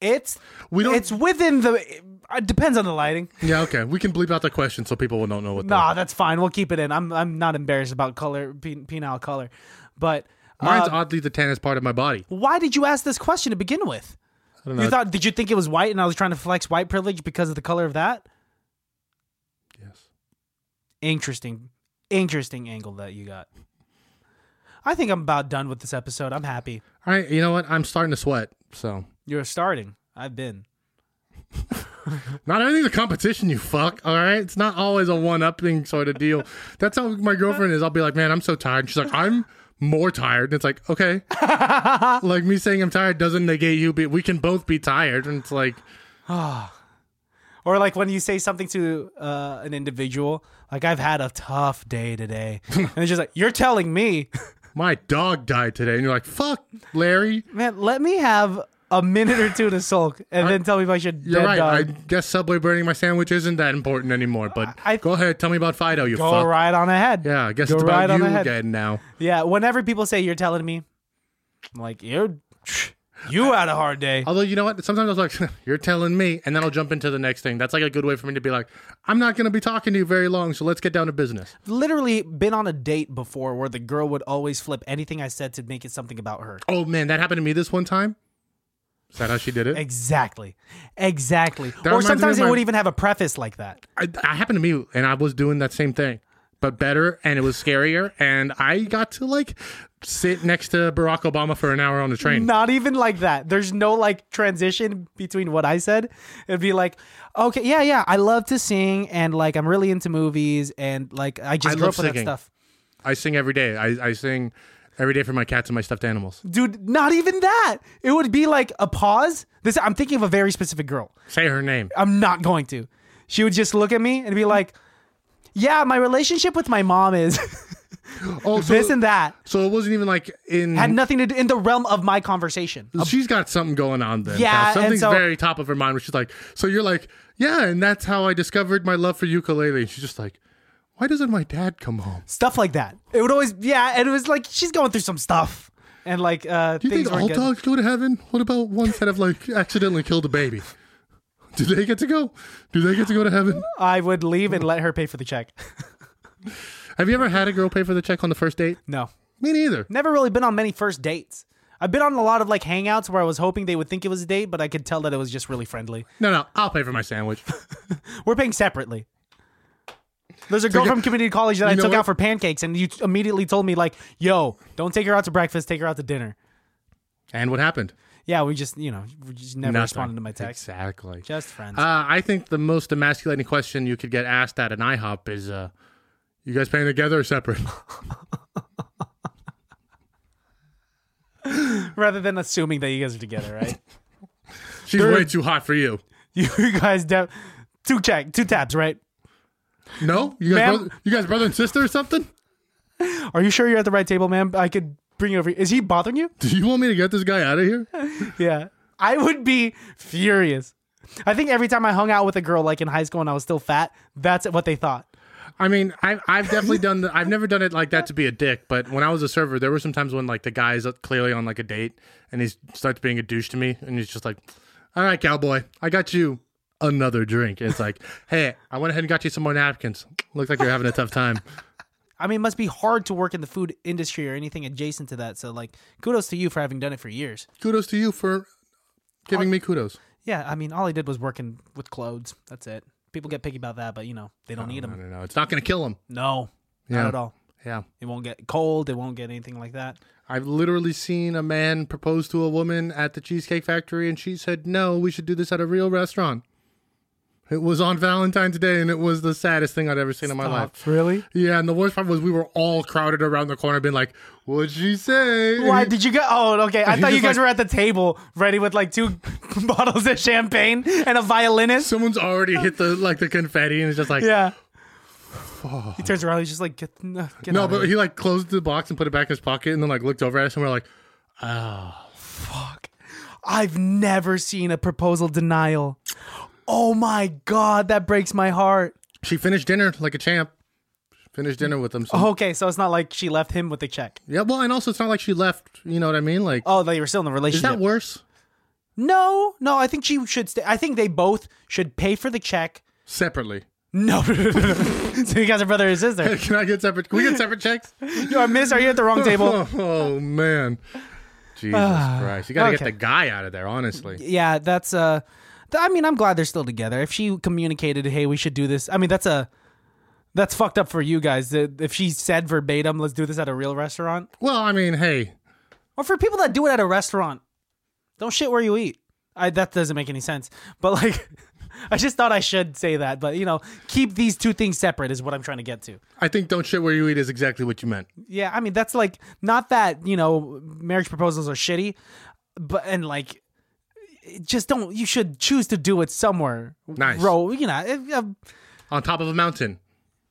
Speaker 1: It's
Speaker 2: We don't.
Speaker 1: it's within the. It depends on the lighting.
Speaker 2: yeah, okay. We can bleep out the question so people will don't know what. the-
Speaker 1: Nah, that's fine. We'll keep it in. I'm I'm not embarrassed about color, pen- penile color, but
Speaker 2: Mine's
Speaker 1: uh,
Speaker 2: oddly the tannest part of my body.
Speaker 1: why did you ask this question to begin with?
Speaker 2: I don't know.
Speaker 1: You thought did you think it was white and I was trying to flex white privilege because of the color of that?
Speaker 2: yes.
Speaker 1: Interesting, interesting angle that you got. I think I'm about done with this episode. I'm happy.
Speaker 2: All right. You know what? I'm starting to sweat. So
Speaker 1: You're starting. I've been.
Speaker 2: Not everything's a competition, you fuck. All right, it's not always a one-upping sort of deal. That's how my girlfriend is. I'll be like, "Man, I'm so tired." She's like, "I'm more tired." And it's like, okay, like me saying I'm tired doesn't negate you. Be- we can both be tired, and it's like,
Speaker 1: Or like when you say something to uh, an individual, like I've had a tough day today, and it's just like you're telling me,
Speaker 2: my dog died today, and you're like, "Fuck, Larry."
Speaker 1: man. Let me have a minute or two to sulk, and then tell me if I should.
Speaker 2: You're
Speaker 1: dead
Speaker 2: right.
Speaker 1: dog.
Speaker 2: I guess Subway burning my sandwich isn't that important anymore. But
Speaker 1: I-
Speaker 2: go ahead, tell me about Fido. You
Speaker 1: Go
Speaker 2: fuck.
Speaker 1: right on ahead.
Speaker 2: Yeah, I guess
Speaker 1: Go
Speaker 2: it's
Speaker 1: right
Speaker 2: about
Speaker 1: on
Speaker 2: you
Speaker 1: ahead.
Speaker 2: again now.
Speaker 1: Yeah, whenever people say you're telling me, I'm like you're you had a hard day.
Speaker 2: Although you know what, sometimes I was like, "You're telling me," and then I'll jump into the next thing. That's like a good way for me to be like, "I'm not going to be talking to you very long, so let's get down to business."
Speaker 1: I've literally been on a date before where the girl would always flip anything I said to make it something about her.
Speaker 2: Oh man, that happened to me this one time. Is that how she did it?
Speaker 1: Exactly. Exactly.
Speaker 2: That
Speaker 1: or
Speaker 2: reminds me of
Speaker 1: sometimes it
Speaker 2: my-
Speaker 1: would even have a preface like that.
Speaker 2: I, I happened to me, and I was doing that same thing, but better, and it was scarier, and I got to like sit next to Barack Obama for an hour on the train.
Speaker 1: Not even like that. There's no like transition between what I said. It'd be like, okay, yeah, yeah, I love to sing and like I'm really into movies and like I just
Speaker 2: I
Speaker 1: grew
Speaker 2: love
Speaker 1: up with that
Speaker 2: singing.
Speaker 1: stuff.
Speaker 2: I sing every day. I, I sing every day for my cats and my stuffed animals.
Speaker 1: Dude, not even that. It would be like a pause. This I'm thinking of a very specific girl.
Speaker 2: Say her name.
Speaker 1: I'm not going to. She would just look at me and be like, yeah, my relationship with my mom is
Speaker 2: Oh, so,
Speaker 1: this and that.
Speaker 2: so it wasn't even like in
Speaker 1: Had nothing to do in the realm of my conversation.
Speaker 2: She's got something going on then.
Speaker 1: Yeah,
Speaker 2: Cal.
Speaker 1: and
Speaker 2: something's
Speaker 1: so-
Speaker 2: very top of her mind. Where she's like, so you're like, yeah, and that's how I discovered my love for ukulele. And she's just like, why doesn't my dad come home?
Speaker 1: Stuff like that. It would always, yeah, and it was like she's going through some stuff. And like, uh,
Speaker 2: Do you
Speaker 1: things
Speaker 2: think all
Speaker 1: weren't good.
Speaker 2: dogs go to heaven? What about ones that have like accidentally killed a baby? Do they get to go? Do they get to go to heaven?
Speaker 1: I would leave and let her pay for the check.
Speaker 2: Have you ever had a girl pay for the check on the first date?
Speaker 1: No,
Speaker 2: Me neither.
Speaker 1: never really been on many first dates. I've been on a lot of like hangouts where I was hoping they would think it was a date, but I could tell that it was just really friendly.
Speaker 2: No, no, I'll pay for my sandwich.
Speaker 1: We're paying separately. There's a girl from community college that I
Speaker 2: know
Speaker 1: took out
Speaker 2: what?
Speaker 1: for pancakes, and you t- immediately told me like, "Yo, don't take her out to breakfast. Take her out to dinner."
Speaker 2: And what happened?
Speaker 1: Yeah, we just you know we just never
Speaker 2: Nothing.
Speaker 1: responded to my text.
Speaker 2: Exactly.
Speaker 1: Just friends.
Speaker 2: Uh, I think the most emasculating question you could get asked at an IHOP is, uh, "You guys paying together or separate?"
Speaker 1: Rather than assuming that you guys are together, right?
Speaker 2: She's way too hot for you.
Speaker 1: you guys de- two check, two taps, right?
Speaker 2: No, you guys,
Speaker 1: Ma'am?
Speaker 2: brother, you guys brother and sister or something?
Speaker 1: Are you sure you're at the right table, ma'am? I could bring it over. here. Is he bothering you?
Speaker 2: Do you want me to get this guy out of here?
Speaker 1: Yeah. I would be furious. I think every time I hung out with a girl like in high school and I was still fat, that's what they thought.
Speaker 2: I mean, I've I've definitely done. The, I've never done it like that to be a dick. But when I was a server, there were some times when like the guy's clearly on like a date and he starts being a douche to me, and he's just like, "All right, cowboy, I got you another drink." And it's like, "Hey, I went ahead and got you some more napkins. Looks like you're having a tough time."
Speaker 1: I mean, it must be hard to work in the food industry or anything adjacent to that. So like kudos to you for having done it for years.
Speaker 2: Kudos to you for giving me kudos.
Speaker 1: Yeah, I mean, all I did was working with clothes. That's it. People get picky about that, but you know, they don't need
Speaker 2: I
Speaker 1: them.
Speaker 2: don't know. It's not gonna kill him.
Speaker 1: No,
Speaker 2: Yeah.
Speaker 1: not at all.
Speaker 2: Yeah.
Speaker 1: It won't get cold. It won't get anything like that.
Speaker 2: I've literally seen a man propose to a woman at the Cheesecake Factory, and she said, No, we should do this at a real restaurant. It was on Valentine's Day, and it was the saddest thing I'd ever seen in my
Speaker 1: Um,
Speaker 2: life.
Speaker 1: really?
Speaker 2: Yeah, and the worst part was we were all crowded around the corner, being like, What'd she say?
Speaker 1: Why did you go? Oh, okay. I
Speaker 2: He's
Speaker 1: thought you
Speaker 2: just
Speaker 1: guys
Speaker 2: like-
Speaker 1: were at the table ready with like two bottles of champagne and a violinist.
Speaker 2: Someone's already hit the like the confetti, and it's just like,
Speaker 1: Yeah. He turns around. He's just like, get, no, get
Speaker 2: No,
Speaker 1: out of
Speaker 2: but
Speaker 1: here.
Speaker 2: he like closed the box and put it back in his pocket, and then like looked over at us, and we're like,
Speaker 1: Fuck. I've never seen a proposal denial. Oh my god, that breaks my heart.
Speaker 2: She finished dinner like a champ. Finished dinner with him. So.
Speaker 1: Oh, Okay, so it's not like she left him with the check.
Speaker 2: Yeah, well, and also it's not like she left. You know what I mean? Like,
Speaker 1: Oh, they were still in the
Speaker 2: is
Speaker 1: relationship.
Speaker 2: that worse?
Speaker 1: no, no. I think she should stay. I think they both should pay for the check.
Speaker 2: Separately.
Speaker 1: No, so you guys are brother and sister.
Speaker 2: Can I get separate? Can we get separate checks?
Speaker 1: Yo, miss, are you at the wrong table? Ah,
Speaker 2: Oh, oh, man, Jesus Christ! You gotta get
Speaker 1: okay.
Speaker 2: the guy out of there. Honestly,
Speaker 1: yeah, that's uh th- I mean, I'm glad they're still together. If she communicated, "Hey, we should do this." I mean, that's a that's fucked up for you guys. Uh, If she said verbatim, "Let's do this at a real restaurant."
Speaker 2: well, I mean, hey,
Speaker 1: Or for people that do it at a restaurant, don't shit where you eat. I that doesn't make any sense. But like I just thought I should say that, but you know, keep these two things separate is what I'm trying to get to.
Speaker 2: I think "Don't shit where you eat" is exactly what you meant.
Speaker 1: Yeah, I mean that's like not that you know marriage proposals are shitty, but and like it just don't you should choose to do it somewhere.
Speaker 2: Nice.
Speaker 1: Row, you know, it, uh,
Speaker 2: On top of a mountain,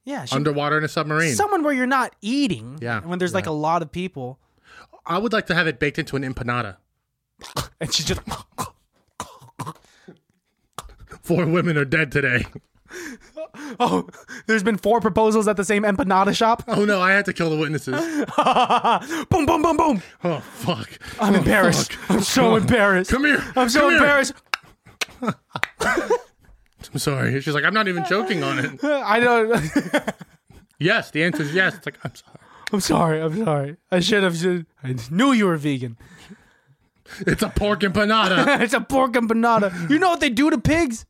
Speaker 1: yeah, should,
Speaker 2: underwater in a submarine.
Speaker 1: someone where you're not eating.
Speaker 2: Yeah,
Speaker 1: when there's like a lot of people,
Speaker 2: I would like to have it baked into an empanada.
Speaker 1: and she's just
Speaker 2: Four women are dead today.
Speaker 1: oh, there's been four proposals at the same empanada shop.
Speaker 2: Oh no, I had to kill the witnesses.
Speaker 1: boom, boom, boom, boom.
Speaker 2: Oh fuck!
Speaker 1: I'm embarrassed. I'm so embarrassed.
Speaker 2: Come here.
Speaker 1: I'm so
Speaker 2: Come here.
Speaker 1: embarrassed.
Speaker 2: I'm sorry. She's like, I'm not even joking on it.
Speaker 1: I don't.
Speaker 2: Yes, the answer is yes. It's like I'm sorry.
Speaker 1: I'm sorry. I'm sorry. I should have. Should, I knew you were vegan.
Speaker 2: It's a pork empanada.
Speaker 1: it's a pork empanada. You know what they do to pigs?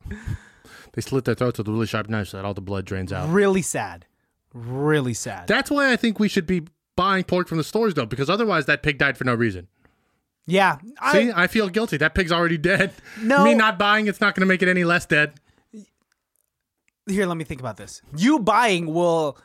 Speaker 2: they slit their throats with really sharp knives so that all the blood drains out.
Speaker 1: Really sad. Really sad.
Speaker 2: That's why I think we should be buying pork from the stores though, because otherwise that pig died for no reason.
Speaker 1: yeah.
Speaker 2: See,
Speaker 1: I,
Speaker 2: I, feel guilty. That pig's already dead.
Speaker 1: No.
Speaker 2: Me not buying it's not going to make it any less dead.
Speaker 1: here, let me think about this. You buying will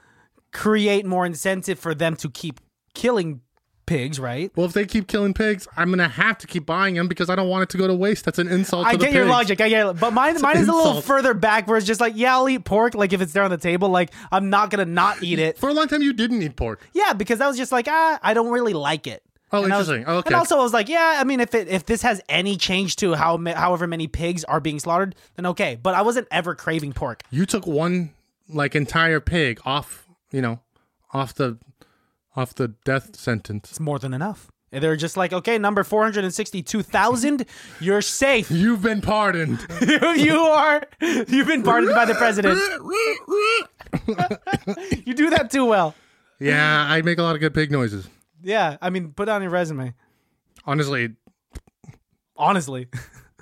Speaker 1: create more incentive for them to keep killing pigs, right?
Speaker 2: Well, if they keep killing pigs, I'm going to have to keep buying them because I don't want it to go to waste. That's an insult
Speaker 1: I
Speaker 2: to the
Speaker 1: get your
Speaker 2: pigs.
Speaker 1: logic. I get it. But mine, mine is a little
Speaker 2: insult.
Speaker 1: further back where it's just like, yeah, I'll eat pork. Like if it's there on the table, like I'm not going to not eat it.
Speaker 2: For a long time, you didn't eat pork.
Speaker 1: Yeah, because I was just like, ah, I don't really like it.
Speaker 2: Oh,
Speaker 1: I was-
Speaker 2: interesting. Okay.
Speaker 1: And also, I was like, yeah, I mean, if it if this has any change to how ma- however many pigs are being slaughtered, then okay. But I wasn't ever craving pork.
Speaker 2: You took one like entire pig off, you know, off the off the death sentence.
Speaker 1: It's more than enough. And They're just like, okay, number four hundred and sixty-two thousand, you're safe.
Speaker 2: You've been pardoned.
Speaker 1: you are. You've been pardoned by the president. You do that too well.
Speaker 2: yeah, I make a lot of good pig noises.
Speaker 1: Yeah, I mean, put it on your resume.
Speaker 2: Honestly,
Speaker 1: Honestly,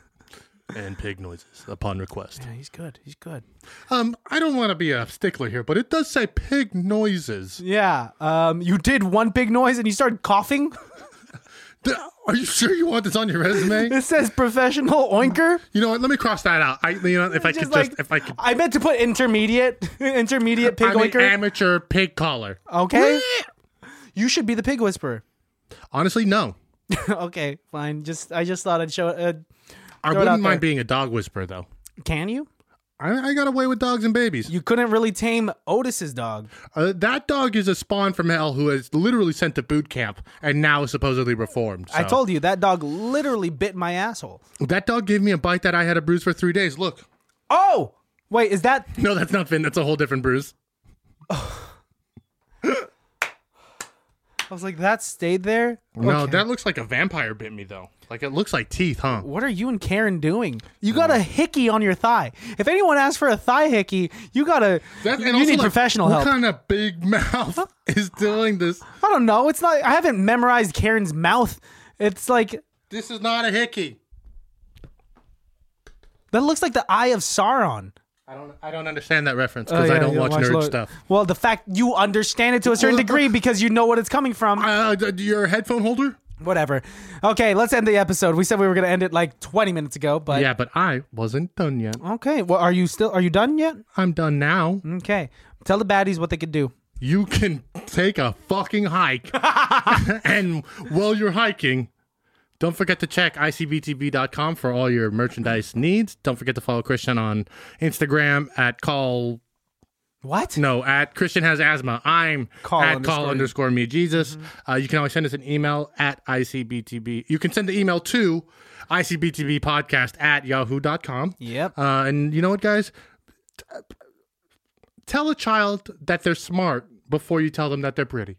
Speaker 2: and pig noises upon request.
Speaker 1: yeah, he's good. He's good.
Speaker 2: Um, I don't want to be a stickler here, but it does say pig noises.
Speaker 1: Yeah. Um, you did one big noise and you started coughing.
Speaker 2: D- Are you sure you want this on your resume?
Speaker 1: It says professional oinker.
Speaker 2: You know what? Let me cross that out. I, you know, if I could
Speaker 1: Just
Speaker 2: just,
Speaker 1: like-
Speaker 2: if I could,
Speaker 1: I meant to put intermediate, intermediate pig
Speaker 2: I'm an
Speaker 1: oinker.
Speaker 2: amateur pig caller.
Speaker 1: okay, you should be the pig whisperer.
Speaker 2: Honestly, no.
Speaker 1: okay, fine. Just I just thought I'd show. Uh,
Speaker 2: I
Speaker 1: Throw it out
Speaker 2: wouldn't mind
Speaker 1: there.
Speaker 2: being a dog whisperer though.
Speaker 1: can you?
Speaker 2: I, I got away with dogs and babies.
Speaker 1: You couldn't really tame Otis's dog.
Speaker 2: Uh, that dog is a spawn from hell who is literally sent to boot camp and now is supposedly reformed.
Speaker 1: I
Speaker 2: so.
Speaker 1: told you that dog literally bit my asshole.
Speaker 2: that dog gave me a bite that I had a bruise for three days. Look,
Speaker 1: Oh, wait, is that
Speaker 2: no, that's not Finn. That's a whole different bruise.
Speaker 1: I was like, that stayed there?
Speaker 2: No,
Speaker 1: Okay.
Speaker 2: that looks like a vampire bit me though. Like it looks like teeth, huh?
Speaker 1: What are you and Karen doing? You got a hickey on your thigh. If anyone asks for a thigh hickey, you got to.
Speaker 2: That, and
Speaker 1: You
Speaker 2: also,
Speaker 1: need
Speaker 2: like,
Speaker 1: professional
Speaker 2: what
Speaker 1: help.
Speaker 2: kind of big mouth is doing this?
Speaker 1: I don't know. It's not. I haven't memorized Karen's mouth. It's like
Speaker 2: This is not a hickey.
Speaker 1: that looks like the eye of Sauron.
Speaker 2: I don't. I don't understand that reference because
Speaker 1: Oh,
Speaker 2: I don't Oh, watch nerd stuff.
Speaker 1: Well, the fact you understand it to a certain degree because you know what it's coming from.
Speaker 2: Uh, d- your headphone holder?
Speaker 1: Whatever. Okay, let's end the episode. We said we were going to end it like 20 minutes ago, but
Speaker 2: Yeah, but I wasn't done yet.
Speaker 1: okay. Well, are you still? Are you done yet?
Speaker 2: I'm done now.
Speaker 1: Okay. Tell the baddies what they could do.
Speaker 2: You can take a fucking hike, and while you're hiking. Don't forget to check icbtb.com for all your merchandise needs. Don't forget to follow Christian on Instagram at call
Speaker 1: What?
Speaker 2: No, at Christian has asthma. I'm
Speaker 1: Call
Speaker 2: at
Speaker 1: underscore Mm-hmm.
Speaker 2: call
Speaker 1: you.
Speaker 2: underscore me Jesus. Uh, you can always send us an email at ICBTB. You can send the email to ICBTB podcast at yahoo.com.
Speaker 1: Yep.
Speaker 2: Uh, and you know what, guys? T- Tell a child that they're smart before you tell them that they're pretty.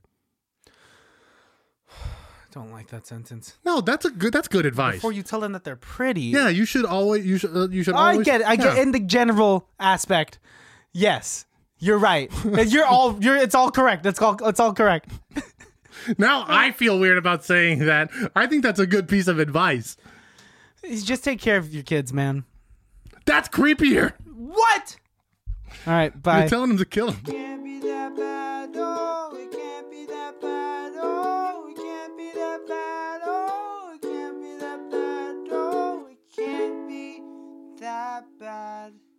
Speaker 1: don't like that sentence.
Speaker 2: No, that's a good. That's good advice.
Speaker 1: Before you tell them that they're pretty.
Speaker 2: yeah, you should always. You should. Uh, you should.
Speaker 1: I
Speaker 2: always,
Speaker 1: get it. I get
Speaker 2: yeah.
Speaker 1: in the general aspect. Yes. You're right. you're all you're it's all correct. It's all it's all correct.
Speaker 2: Now I feel weird about saying that. I think that's a good piece of advice.
Speaker 1: It's Just take care of your kids, man.
Speaker 2: That's creepier.
Speaker 1: What? All right, bye.
Speaker 2: You're telling them to kill him.
Speaker 4: can't be that bad, oh, it can't be that bad, oh, it can't be that bad, oh, it can't be that bad, oh, it can't be that bad.